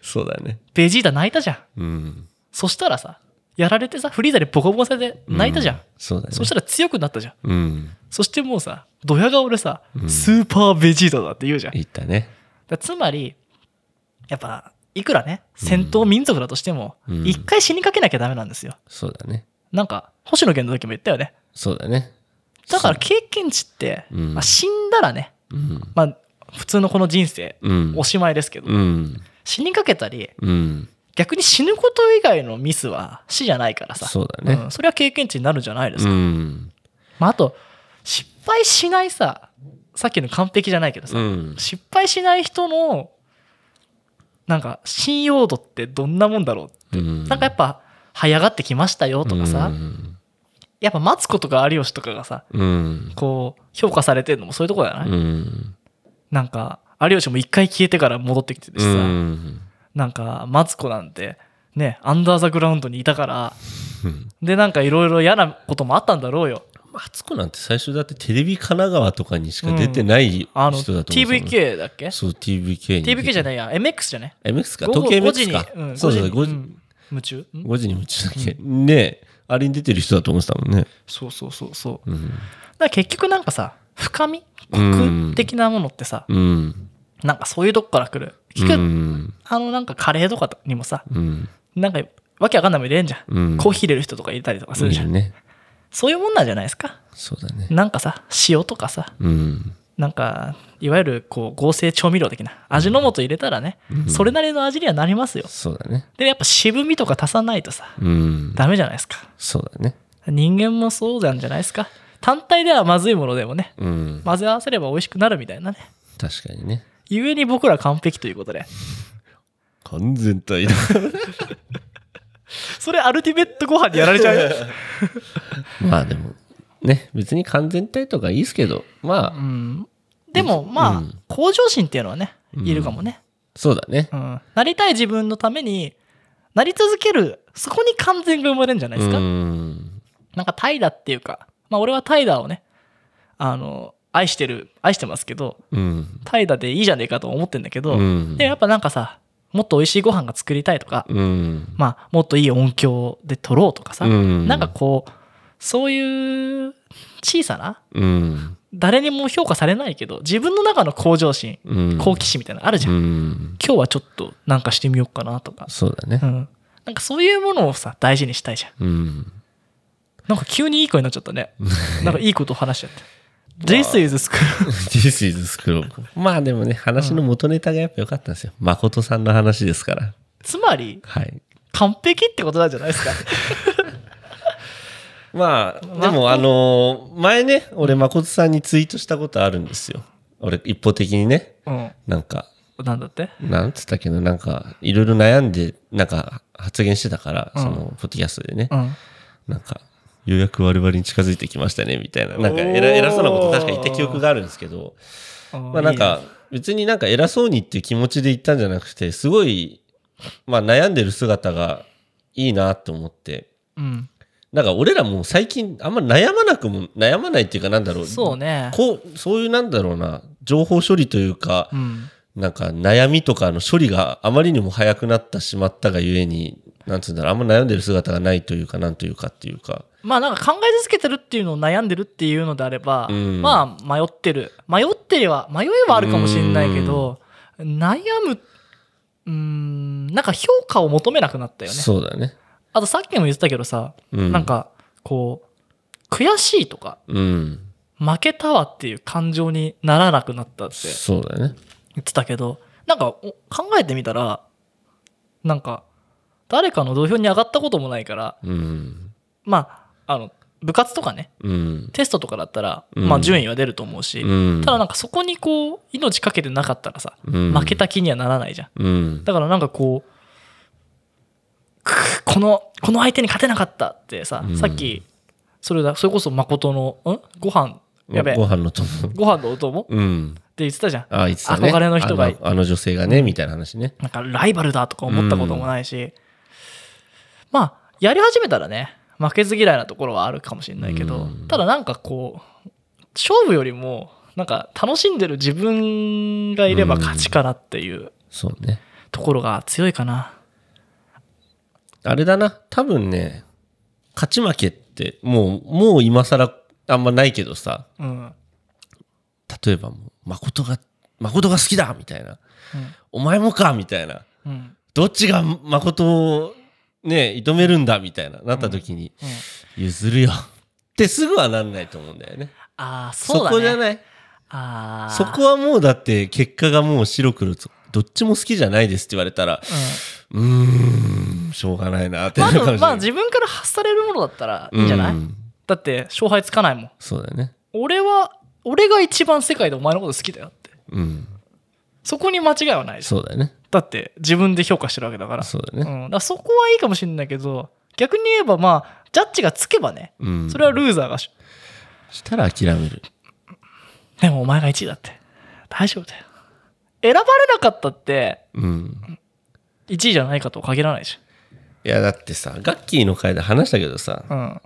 そうだね
ベジータ泣いたじゃん
うん
そしたらさやられてさフリーザでボコボコされて泣いたじゃん、
うそうだね
そしたら強くなったじゃん
うん
そしてもうさドヤ顔でさ、
うん
スーパーベジータだって言うじゃん
言ったね
だつまりやっぱいくらね戦闘民族だとしても
うん
一、回死にかけなきゃダメなんですよ
そうだね
なんか星野源の時も言ったよね
そうだね
だから経験値って、
うん
まあ、死んだらね、
うん
まあ、普通のこの人生
うん
おしまいですけど、
うん
死にかけたり
うん
逆に死ぬこと以外のミスは死じゃないからさ
そうだね
んそれは経験値になるんじゃないです
う
か、
ん
まあ、あと失敗しないささっきの完璧じゃないけどさ、
うん
失敗しない人のなんか信用度ってどんなもんだろう、
うん
なんかやっぱ早がってきましたよとかさ、
うん
やっぱマツコとか有吉とかがさ
うん
こう評価されてるのもそういうとこだよね、
うん
なんか有吉も一回消えてから戻ってきてるし
う
さ、
ん
なんかマツコなんてねアンダーザグラウンドにいたからでなんかいろいろ嫌なこともあったんだろうよ
マツコなんて最初だってテレビ神奈川とかにしか出てない人
あ
だ
の
と思う、
TVK だっけ
そう TVK に
TVK じゃないや MX じゃない
ゃ MX か
午
時
後
計
5時
MX
に、
か、
うん、
そうそう
5
5
時
時,、
にうん夢中ん
5時に夢中だっけ、ねえあれに出てる人だと思ってたもんね
そうそうそうそう
うん
だから結局なんかさ深みコク的なものってさ、
うん
なんかそういうとこから来る結
う
局、
ん
あのなんかカレーとかにもさ
うん
なんかわけわかんないもん入れんじゃん、
うん
コーヒー入れる人とか入れたりとかするじゃん、
いいね
そういうもんなんじゃないですか
そうだね
なんかさ塩とかさ
うん
なんかいわゆるこう合成調味料的な味の素入れたらね、それなりの味にはなりますよ
そうだね
でもやっぱ渋みとか足さないとさ
うん
ダメじゃないですか
そうだね
人間もそうなんじゃないですか単体ではまずいものでもね
うん
混ぜ合わせれば美味しくなるみたいなね
確かにね
ゆえに僕ら完璧ということで
完全体だ
それアルティメットご飯にやられちゃうよ
まあでもね別に完全体とかいいっすけどまあ、
うんでもまあ、
うん
向上心っていうのはねいるかもね、
そうだね
うんなりたい自分のためになり続けるそこに完全が生まれるんじゃないですか、
うん
なんかタイダっていうかまあ俺はタイダをねあの愛してる愛してますけど
うん
タイダでいいじゃねえかと思ってんだけ
う
ど、
ん
でもやっぱなんかさもっと美味しいご飯が作りたいとか、
うん
まあ、もっといい音響で撮ろうとかさ、
うん
なんかこうそういう小さな
うん
誰にも評価されないけど自分の中の向上心
うん
好奇心みたいなのあるじゃん、
うん
今日はちょっとなんかしてみようかなとか、
そうだ
う
ね
ん、なんかそういうものをさ大事にしたいじゃん
うん
なんか急にいい声になっちゃったねなんかいいことを話しちゃ って「This is school
This is Scroll まあでもね話の元ネタがやっぱ良かったんですよ誠さんの話ですから」
つまり
はい
完璧ってことなんじゃない ですか
まあでもあのー前ね俺誠さんにツイートしたことあるんですよ俺一方的にね
う
なんか
んなんだって
なんつったっけどなんかいろいろ悩んでなんか発言してたから、
ん
そのポッドキャストでね、
うん
なんかようやく我々に近づいてきましたねみたいななんか
おー
偉偉そうなこと確か言った記憶があるんですけどまあなんか別になんか偉そうにっていう気持ちで言ったんじゃなくてすごいまあ悩んでる姿がいいなと思って
うん
なんか俺らもう最近あんま悩まなくも悩まないっていうかなんだろう
そうね
こうそういうなんだろうな情報処理というか、
うん
なんか悩みとかの処理があまりにも早くなってしまったがゆえに、なんつうんだろう、あんま悩んでる姿がないというか、なんというかっていうか。
まあなんか考え続けてるっていうのを悩んでるっていうのであれば、
うん
まあ迷ってる迷ってりは迷いはあるかもしれないけど、悩むうーんなんか評価を求めなくなったよね
そうだね。
あとさっきも言ってたけどさ、
うん
なんかこう悔しいとか
うん。
負けたわっていう感情にならなくなったって
そうだね。
言ってたけどなんかお考えてみたらなんか誰かの土俵に上がったこともないから
うん。
まああの部活とかね
うん。
テストとかだったら、
うん
まあ順位は出ると思うし、
うん。
ただなんかそこにこう命かけてなかったらさ、
うん
負けた気にはならないじゃん
うん。
だからなんかこうくっこのこの相手に勝てなかったってさ、
うん
さっきそれだそれこそ誠のんご飯やべえ
ご飯の友。
ご飯のお供って
うん。
言ってたじゃん
あ、いつだね。
憧れの人が
あのあの女性がね、みたいな話ね。
なんかライバルだとか思ったこともないし、まあやり始めたらね負けず嫌いなところはあるかもしれないけど、
うん
ただなんかこう勝負よりもなんか楽しんでる自分がいれば勝ちかなっていう
そうね。
ところが強いかな。
あれだな。多分ね、勝ち負けって、もう、もう今更あんまないけどさ、
うん
例えばもう、誠が、誠が好きだみたいな。
うん
お前もかみたいな。
うんうん
どっちが誠をね、射止めるんだみたいな、なった時に、譲るよ。ってすぐはなんないと思うんだよね。
ああそう
そ
だね
こじゃない。
ああ
そこはもうだって結果がもう白黒と、どっちも好きじゃないですって言われたら、うーん、しょうがないなってな
まあ
るかもし
でも
れ
ま
な
あ
い。
自分から発されるものだったらいいんじゃない、
うん
だって勝敗つかないもん
そうだよね。
俺は俺が一番世界でお前のこと好きだよって
うん。
そこに間違いはないじゃ
そ
ん
うだよね。
だって自分で評価してるわけだから
そうだ
う
よね。
ん、だからそこはいいかもしれないけど逆に言えばまあジャッジがつけばね
うん。
それはルーザーがし、
したら諦める。
でもお前が1位だって大丈夫だよ選ばれなかったって
うん。
1位じゃないかとは限らないじ
いや、だってさ、ガッキーの回で話したけどさ、
ゃん。うん。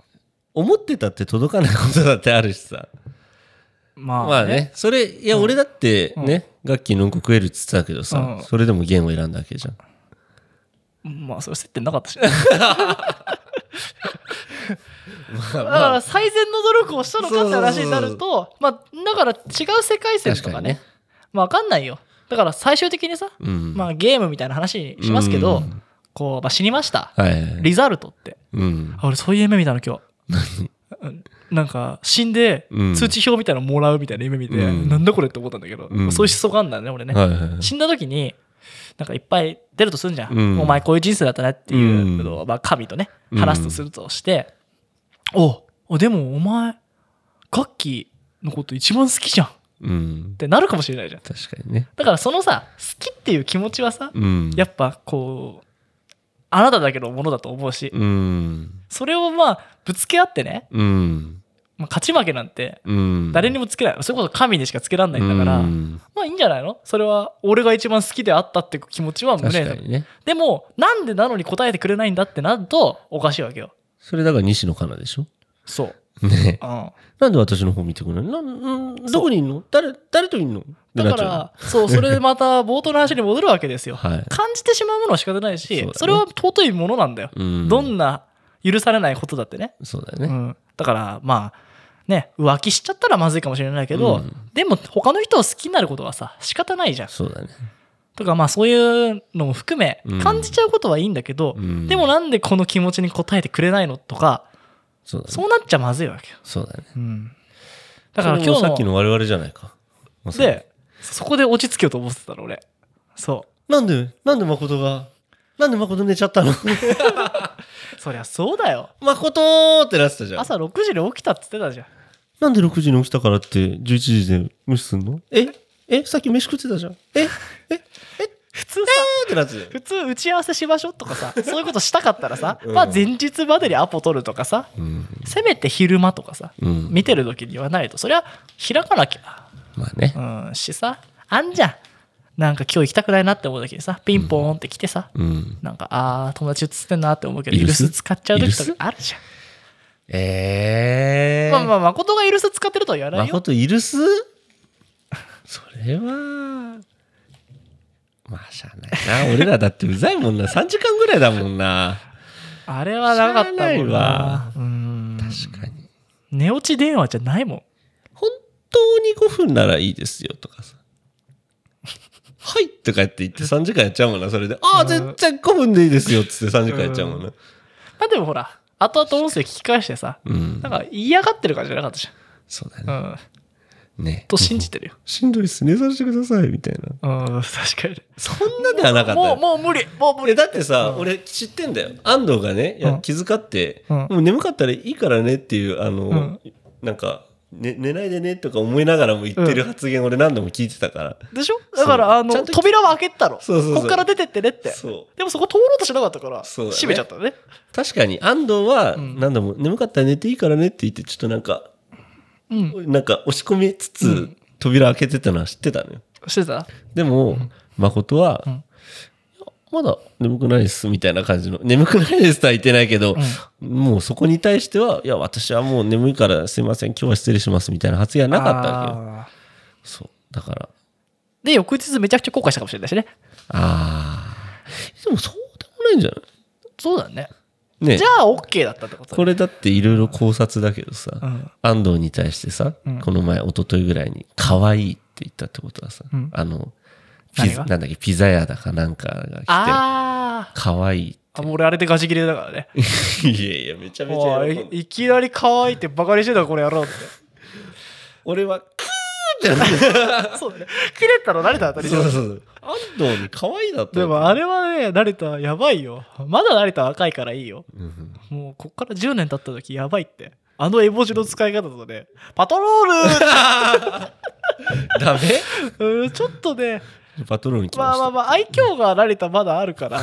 思ってたって届かないことだってあるしさ。
まあ、
まあね、それ、いや、俺だってね、ガッキーのうんこ食えるっつってたけどさ、
うん
それでも弦を選んだわけじゃん。
まあそれ接点な かったし
まあ
だから最善の努力をしたのかって話になるとまあだから違う世界線とか
確
ね
かにね
まあ分かんないよだから最終的にさ、
うん。
まあ、ゲームみたいな話にしますけど、
うん
こう、まあ、死にました
はいはいはい。
リザルトって
うん。
あ俺そういう夢見たの今日うんなんか死んで
うん
通知表みたいなのもらうみたいな夢見て、
うん
なんだこれって思ったんだけど、
うん
そういう思想があるんだね俺ね、
はいはいはい。
死んだ時になんかいっぱい出るとするんじゃん、
うん
お前こういう人生だったねっていうことを、まあ、神とね
うん
話すとするとして、おおでもお前ガッキーのこと一番好きじゃんっ
うん。
てなるかもしれないじゃん
確かにね。
だからそのさ好きっていう気持ちはさ、
うん。
やっぱこうあなただけのものだと思うし、
うん。
それをまあぶつけ合ってね、
うん。
まあ、勝ち負けなんて
うん。
誰にもつけない、それこそ神にしかつけられないんだから、
うん
まあいいんじゃないのそれは俺が一番好きであったって気持ちは胸
確
に
かにね。
でも、なんでなのに答えてくれないんだってなると、おかしいわけよ。
それだから西野カナでしょ
そう。
ね
うん、
なんで私の方見てくれないなんんどこにいんの誰誰といんのってな
だ
っ
か
ちゃ
ら、そう、それでまた冒頭の話に戻るわけです
う
よ。
はい。
感じてしまうものは仕方ない
そう
し、
だ
そ,、
ね
れは尊いものなんだよ。
うん
どんな許されないことだってね。
そうだ
う
よね。
ん、だから、まあ、ね、浮気しちゃったらまずいかもしれないけど、
うん
でも他の人を好きになることはさ仕方ないじゃん
そうだね。
とかまあそういうのも含め
うん
感じちゃうことはいいんだけど、
うん
でもなんでこの気持ちに応えてくれないのとか
そうだね。
そうなっちゃまずいわけよ
そうだね。
だから
それ
今
も
日
さっきの我々じゃないか。まさに
で、そこで落ち着けようと思ってたの、俺。そ
なんで、なんで誠が、なんで誠寝ちゃった の
う。そりゃそうだよ。
誠ーってなってたじゃん。
朝6時に起きたっつってたじゃん。
なんで6時に起きたからって11時で無視すんのええさっき飯食ってたじゃん。ええええ
普通さ、
ってなってたよ。
普通打ち合わせしましょうとかさ、そういうことしたかったらさ、
うん
まあ前日までにアポ取るとかさ、
うん。
せめて昼間とかさ、
うん。
見てる時に言わないと、そりゃ開かなきゃ。
まあね。
うん、しさ、あんじゃん。なんか今日行きたくないなって思う時にさ、ピンポーンって来てさ、
うん。
なんか、あー、友達映ってんなって思うけど、
イ
イ
ル
ル
ス
ス使っちゃう時とかあるじ
ええ
ゃん。まあまあ、誠がイルス使ってるとは言わないよ。
誠いるす それはまあしゃあない な俺らだってうざいもんな3時間ぐらいだもんな
あれはなかったもん
しゃ
な。うん
確かに
寝落ち電話じゃないもん。
本当に5分ならいいですよとかさ「はい」とかって言って3時間やっちゃうもんなそれで「ああ全然5分でいいですよ」っつって3時間やっちゃうもんな
まあでもほら、後々音声聞き返してさ、
うん
なんか嫌がってる感じじゃなかったじ
そうだ
ゃ
ね
ん。うん。
ね
と信じてるよ。
しんどいっすねさせてくださいみたいな
うん、確かに。
そんなではなかったよ
もう、もう無理。もう無
え
理。
だってさ、
うん
俺知ってんだよ安藤がねいや
うん
気遣って、
うん
もう眠かったらいいからねっていうあの、
うん
なんか、ね、寝ないでねとか思いながらも言ってる発言、俺何度も聞いてたから
でしょだから、あ
ちゃ
の、
んと
扉を開けてたろ。
そうそうそう
こっから出てってねって。
そう
でもそこ通ろうとしなかったから、
そうだね
閉めちゃったのね。
確かに安藤は
うん
何度も、眠かったら寝ていいからねって言ってちょっとなんか
うん。
なんか押し込みつつ、
うん
扉開けてたのは知ってたのよ
してた
でも、誠は、
うん
いやまだ眠くないですみたいな感じの眠くないですとは言ってないけど、もうそこに対しては、いや、私はもう眠いからすいません、今日は失礼しますみたいな発言はなかったわけよ。
わけよ。
そう。だから、
で、翌日めちゃくちゃ後悔したかもしれないしね。
ああ。でもそうでもないんじゃ
そうだね。
ないね
じゃあ、OK だったってことだ
これだっていろいろ考察だけどさ、
うん
安藤に対してさ、
うん
この前、一昨日ぐらいに、可愛いって言ったってことはさ、
うん
あの、ピ
何
ザ
が
なんだっけ、ピザ屋だかなんかが
あ
来て、可愛い
ー。あ、もう俺あれでガチ切れ だからね。
って。いやいや、めちゃめちゃ
お
喜んで
いいきなり可愛いってバカにしてたこれやろ うって。
俺は、クーってなって。
そうだね。切れたの慣れた当たり
そ
前
うそうそう。安藤に可愛いだった
でもあれはね、慣れたやばいよ。まだ慣れた若いからいいよ。
うん
もうこっから10年経った時やばいって。あの絵文字の使い方とね、パトロー
ダメ
ルうんちょっとね、
パトロールに来ま し
まあ
た。
まあまあ、愛嬌が慣れたまだあるから、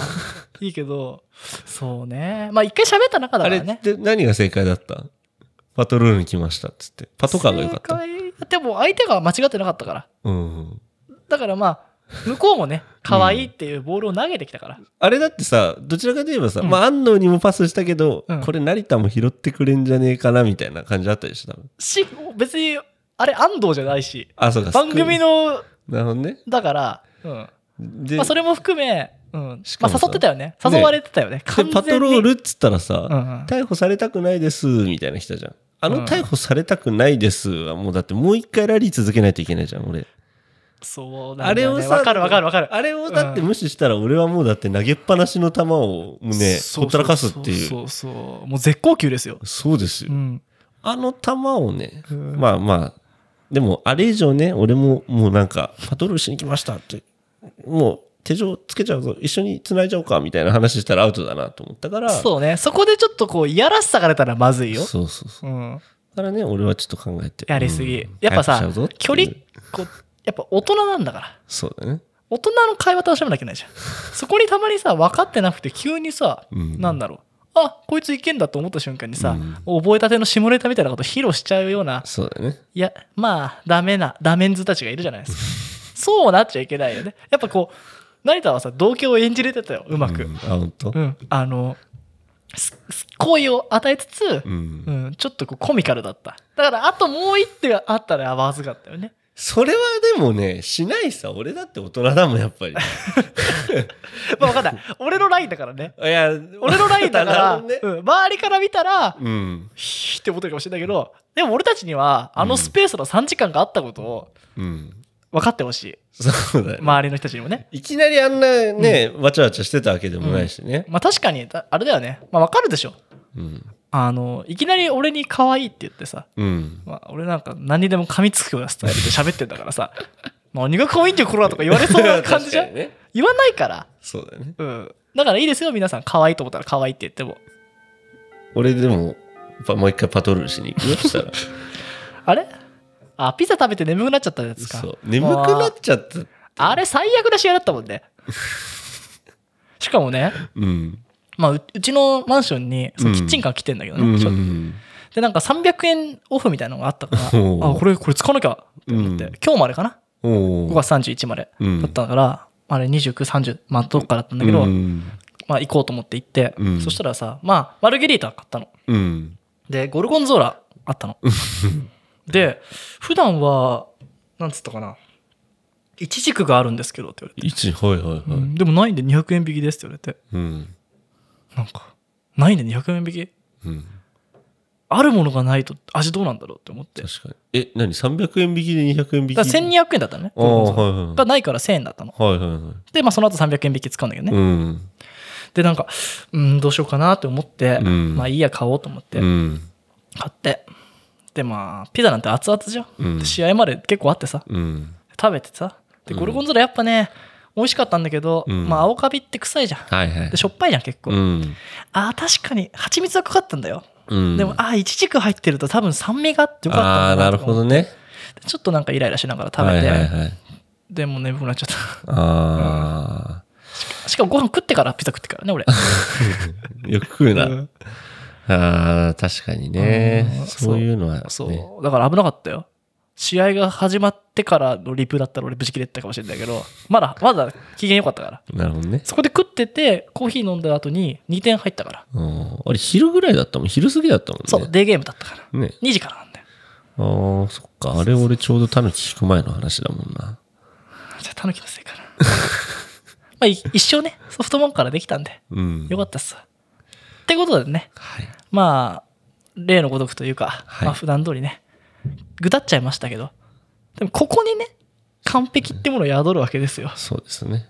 いいけど、そうね。まあ一回喋った中だ
あ
か
れ
ら
っ
ね。
て何が正解だったパトロールに来ましたっつって。パトカーが良かった。
正解でも相手が間違ってなかったから。
うん。
だからまあ、向こうもね可愛いっていうボールを投げてきたから、
あれだってさどちらかといえばさ、
うん
まあ、安藤にもパスしたけど、
うん
これ成田も拾ってくれんじゃねえかなみたいな感じだったでしょ多分
し別にあれ安藤じゃないし
あそうか
番組
の
の
なるほどね
だから、うん
で,、
まあ、それも含め、うん
しか
ま
も
あ、
さ
誘ってたよね誘われてたよね完全
で
に
パトロールっつったらさ、
うんうん
逮捕されたくないですみたいな人じゃんあ
うん
の逮捕されたくないですはもうだってもう一回ラリー続けないといけないじゃん俺
そうなん
あ
だ
れ
よ
を
ね
さ
わかるわかるわかる
あれをだって無視したら俺はもうだって投げっぱなしの球をね
そ
ほ
う
ったらかすっていう
そ
そう
うそうそうもう絶好球ですよ、
ですよ、
うん、
あの球をね、
うん
まあまあでもあれ以上ね俺ももうなんかパトロールしに来ましたってもう手錠つけちゃうぞ一緒に繋いじゃおうかみたいな話したらアウトだなと思ったから
そうねそこでちょっとこういやらしさが出たらまずいよ、
そうそうそう
うん、
だからね俺はちょっと考えて
やりすぎ、
うん
やっ
早
ぱさ
くしちゃうぞっていう
距離こうやっぱ大人なんだから
そうだね
大人の会話楽しむなきゃいけない じゃんそこにたまにさ分かってなくて急にさ、
うん
なんだろうあこいついけんだと思った瞬間にさ、
うん
覚えたての下ネタみたいなこと披露しちゃうような
そうだね
いやまあダメなダメンズたちがいるじゃないですか そうなっちゃいけないよねやっぱこう成田はさ同居を演じれてたようまく、
うんあ本当
うんあのすす好意を与えつつ、
うん
うん、ちょっとこうコミカルだっただからあともう一手があったらまずかったよね
それはでもねしないさ俺だって大人だもんやっ ぱりい
まあ分かんない俺のラインだからね
や
俺のラインだ か
な
ら、
るほどね
うん、周りから見たら
うん
ヒーって思ってるかもしれないけどでも俺たちにはあのスペースの3時間があったことを
うん
分かってほしい
そうだね、
周りの人たちにもね
いきなりあんなね、わちゃわちゃしてたわけでもないしね、
まあ確かにだあれだよねまあ分かるでしょ
うん
あのいきなり俺に可愛いって言ってさ、
うん、
まあ、俺なんか何にでも噛みつくようなスタイルで喋ってんだからさ 何が可愛いんだよこらとか言われそうな感じじゃ
確
ん
かにね
言わないから
そうだよね
うんだからいいですよ皆さん可愛いと思ったら可愛いって言っても
俺でもパもう一回パトロールしに行くよそ したら
あれあピザ食べて眠くなっちゃったやつか
そう眠くなっちゃった
あれ最悪な試合だったもん ねしかもね、
うん
まあ、ううちのマンションにその
うん
キッチンカー来てんだけど
う
ね、
ん
ちょっとでなんか300円オフみたいなのがあったから あ
ほう
これこれ使わなきゃって思って、
うん
今日までかな
お
5
ー
月31まで
うん
だったから、あれ2930まあどっかだったんだけど、
うん
まあ行こうと思って行って、
うん
そしたらさまあマルゲリータ買ったの
うん
でゴルゴンゾーラあっ たので普段はなんつったかなイチジクがあるんですけどって言われて、
一はいはいはい、
うんでもないんで200円引きですって言われて
うん
なんかないんで200円引き
うん、
あるものがないと味どうなんだろうって思ってだか
確かにえ何300円引きで200円引き
ら1200円だったのね
ああはい
が
はいはい
ないから1000円だったの
はいはいはい。
でまあその後300円引き使うんだけどね、
うん。
でなんかうんどうしようかなって思って、
うん
まあいいや買おうと思って、
うん。
買ってでまあピザなんて熱々じゃん、
うん
で試合まで結構あってさ
うん。
食べてさでゴルゴンゾーラやっぱね美味しかったんだけど、
うん
まあ青カビって臭いじゃん
はいはい
で。しょっぱいじゃん結構、
うん。
あー確かに蜂蜜はかかったんだよ、
うん。
でもあーイチジク入ってると多分酸味があってよか
あ
った
あ、
んだ
なる
と思
ほ
って
どね。
ちょっとなんかイライラしながら食べて、
はいはいはい。
でも眠くなっちゃっ
あ
たしかもご飯食ってからピザ食ってからね俺
あ。よく食うな。
うん
ああ、確かにね
う。ん
そういうのは、ね。
そう、だから危なかったよ試合が始まってからのリプだったら俺ブチ切れてたかもしれないけどまだまだ機嫌良かったから
なるほどね。
そこで食っててコーヒー飲んだ後に2点入ったから
うんあれ、昼ぐらいだったもん。昼過ぎだったもんね。
そう、デーゲームだったから
ね。
2時からなんだよ
ああ、そっか。あれ、俺ちょうどタヌキ引く前の話だもんな。
じゃあタヌキのせいかな まあい一生ねソフトバンクからできたんで
うん。
よかったっすってことでね
はい。
まあ例のごとくというか、
はい
まあ普段通りねぐだっちゃいましたけどでもここにね完璧ってものを宿るわけですよ
そうですね。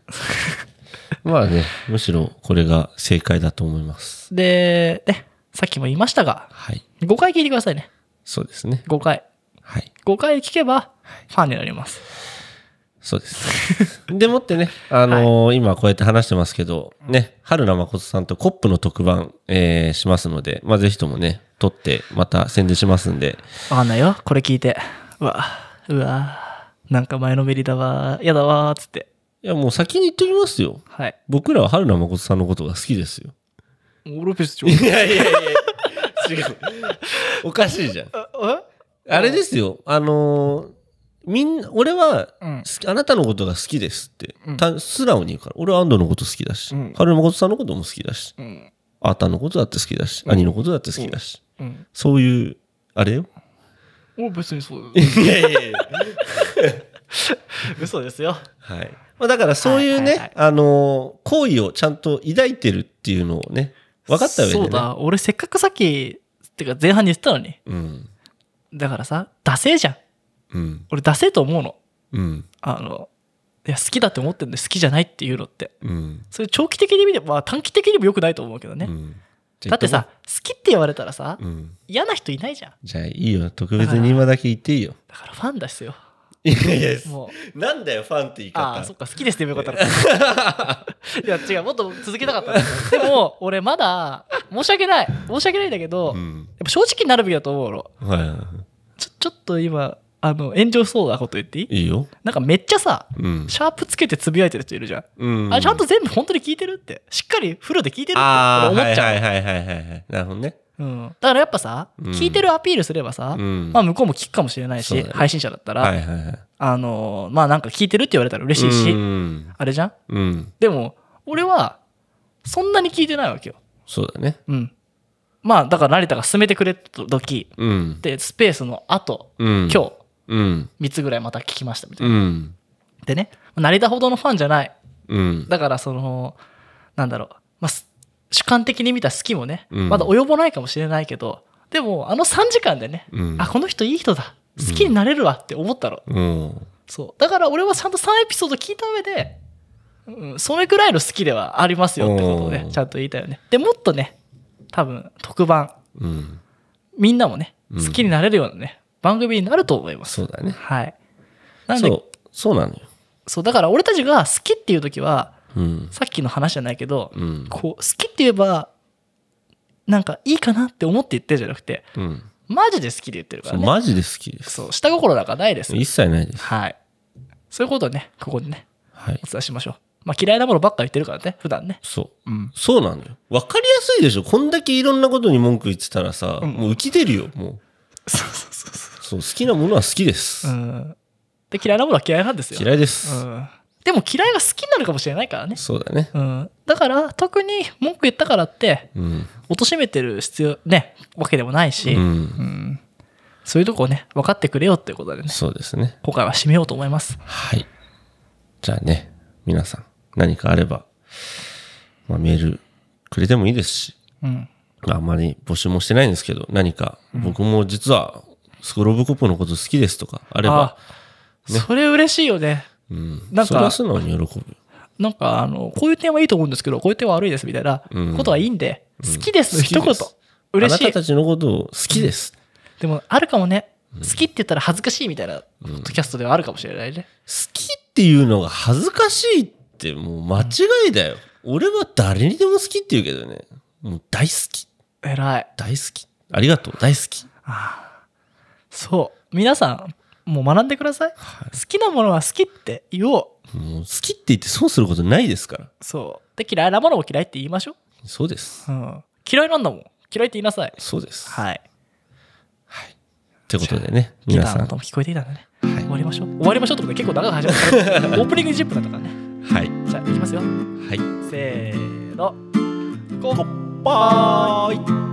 まあね、むしろこれが正解だと思います。
で、ね、さっきも言いましたが、
はい。
5回聞いてくださいね。
そうですね。
5回。
はい。
5回聞けば、ファンになります。
そうです。でもってね、あのー今こうやって話してますけど、ね、春名誠さんとコップの特番、えーしますので、まあ、ぜひともね、撮って、また宣伝しますんで、
わかんないよ、これ聞いて。うわ、うわ、なんか前のめりだわ、やだわ、つって。
いや、もう先に言っときますよ。
はい。
僕らは春名誠さんのことが好きですよ。
俺別
いやいやいや、 違う。おかしいじゃん。
え
あれですよ、あのーみんな俺は
うん
好きあなたのことが好きですって、
うん
た素直に言うから俺は安藤のこと好きだし、
うん
春誠さんのことも好きだし
うん
あーたんのことだって好きだし、
うん
兄のことだって好きだし、
うん
そういうあ れよ
お別にそう
い
です
やいやいや
嘘ですよ
はいまあ、だからそういうね、
はいはい
あのー好意をちゃんと抱いてるっていうのをね分かった上で、ね、
そうだ俺せっかくさっきってか前半に言ってたのに
うん
だからさダセえじゃん
うん
俺ダセえと思うの
うん
あのいや好きだって思ってるんで好きじゃないっていうのって
うん
それ長期的に見れば、まあ、短期的にも良くないと思うけどね、
うんじゃあ
だってさ好きって言われたらさ、
うん
嫌な人いないじゃん
じゃあいいよ特別に今だけ言っていいよ
だからファンだっすよ
いやい や
もう
なんだよファンって言い
ああ
方
そっか好きですって言えばよ かったのいや違うもっと続けたかったんだけどでも俺まだ申し訳ない申し訳ないんだけど、
う
やっ
ん
ぱ正直になるべきだと思うの
はいは
ちょちょっと今あの炎上しそうなこと言っていい
いいいよ
なんかめっちゃさ
うん
シャープつけてつぶやいてる人いるじゃん、
うん
あれちゃんと全部本当に聞いてるってしっかりフルで聞いてるって
ああ
俺思っちゃう、
はいはいはいはいはいなるほどね
うん、だからやっぱさ、
うん
聞いてるアピールすればさ、
うん
まあ、向こうも聞くかもしれないし、
そうだね
配信者だったら、
はいはいはい
あのーまあなんか聞いてるって言われたら嬉しいし、
うん
あれじゃん
うん
でも俺はそんなに聞いてないわけよ
そうだね
うんまあだから成田が進めてくれた時
うん
でスペースの後
うん
今
うん
日3つぐらいまた聞きましたみたいな、
うん
でね成田ほどのファンじゃない
うん
だからそのなんだろう、まあ、す主観的に見た好きもね、
うん
まだ及ばないかもしれないけどでもあの3時間でね、
うん
あこの人いい人だ好きになれるわって思ったの、
うん
そうだから俺はちゃんと3エピソード聞いた上で、うん、それくらいの好きではありますよってことをね
おー
ちゃんと言いたいよねでもっとね多分特番
うん
みんなもね
うん
好きになれるようなね、番組になると思います
そうだね
はいなん
そ
でそう
うそうなのよ
だから俺たちが好きっていう時は
うん
さっきの話じゃないけど、
うん
こう好きって言えばなんかいいかなって思って言ってるじゃなくて
うん
マジで好きで言ってるか
そ
ら
う
ね
マジで好きです
そう下心なんかないです
一切ないです
はいそういうことをねここでね
はい
お伝えしましょう。まあ嫌いなものばっか言ってるからね、普段ね。
そう
うん。
そうなのよ。わかりやすいでしょ。こんだけいろんなことに文句言ってたらさ、
うん
もう浮き出るよ、もう。
そうそうそうそ
そう、好きなものは好きです。
う。うん。で、嫌いなものは嫌いなんですよ。
嫌いです、
うん。でも嫌いが好きになるかもしれないからね。
そうだね。
うん。だから、特に文句言ったからって、
うん。
貶めてる必要、ね、わけでもないし、
う
うん。
ん。
そういうとこをね、分かってくれよっていうことでね、
そうですね。
今回は締めようと思います。
はい。じゃあね、皆さん、何かあれば、まあ、メールくれてもいいですし、
うん。
まああまり募集もしてないんですけど、何か、僕も実は、スクローブコップのこと好きですとかあれば、
あ、それ嬉しいよね。
うん。
なんか
それは素直に喜ぶ。
なんか、あの、こういう点はいいと思うんですけど、こういう点は悪いですみたいな
うん
ことはいいんで、好きですの一
好
言
きです。
嬉し
あ
い
なた。たちのことを好きです。
でもあるかもね、好きって言ったら恥ずかしいみたいなポッドキャストではあるかもしれないね、
好きっていうのが恥ずかしいってもう間違いだよ。俺は誰にでも好きって言うけどね。もう大好き。
偉い
大好き。ありがとう。大好き。
そう皆さんもう学んでください、好きなものは好きって言おう
もう好きって言って損することないですから。
そうで嫌いなものも嫌いって言いましょ
そうです。
う、うん、嫌いなんだもん嫌いって言いなさい
そうです。
はい
ってことでね、
ギ
皆
ター
さ
の
ん。
音も聞こえていたんだね、
はい
終わりましょう終わりましょうってことで結構長く始まった からオープニング10分だったからね
はい。
じゃあいきますよ
はい。
せーの
乾杯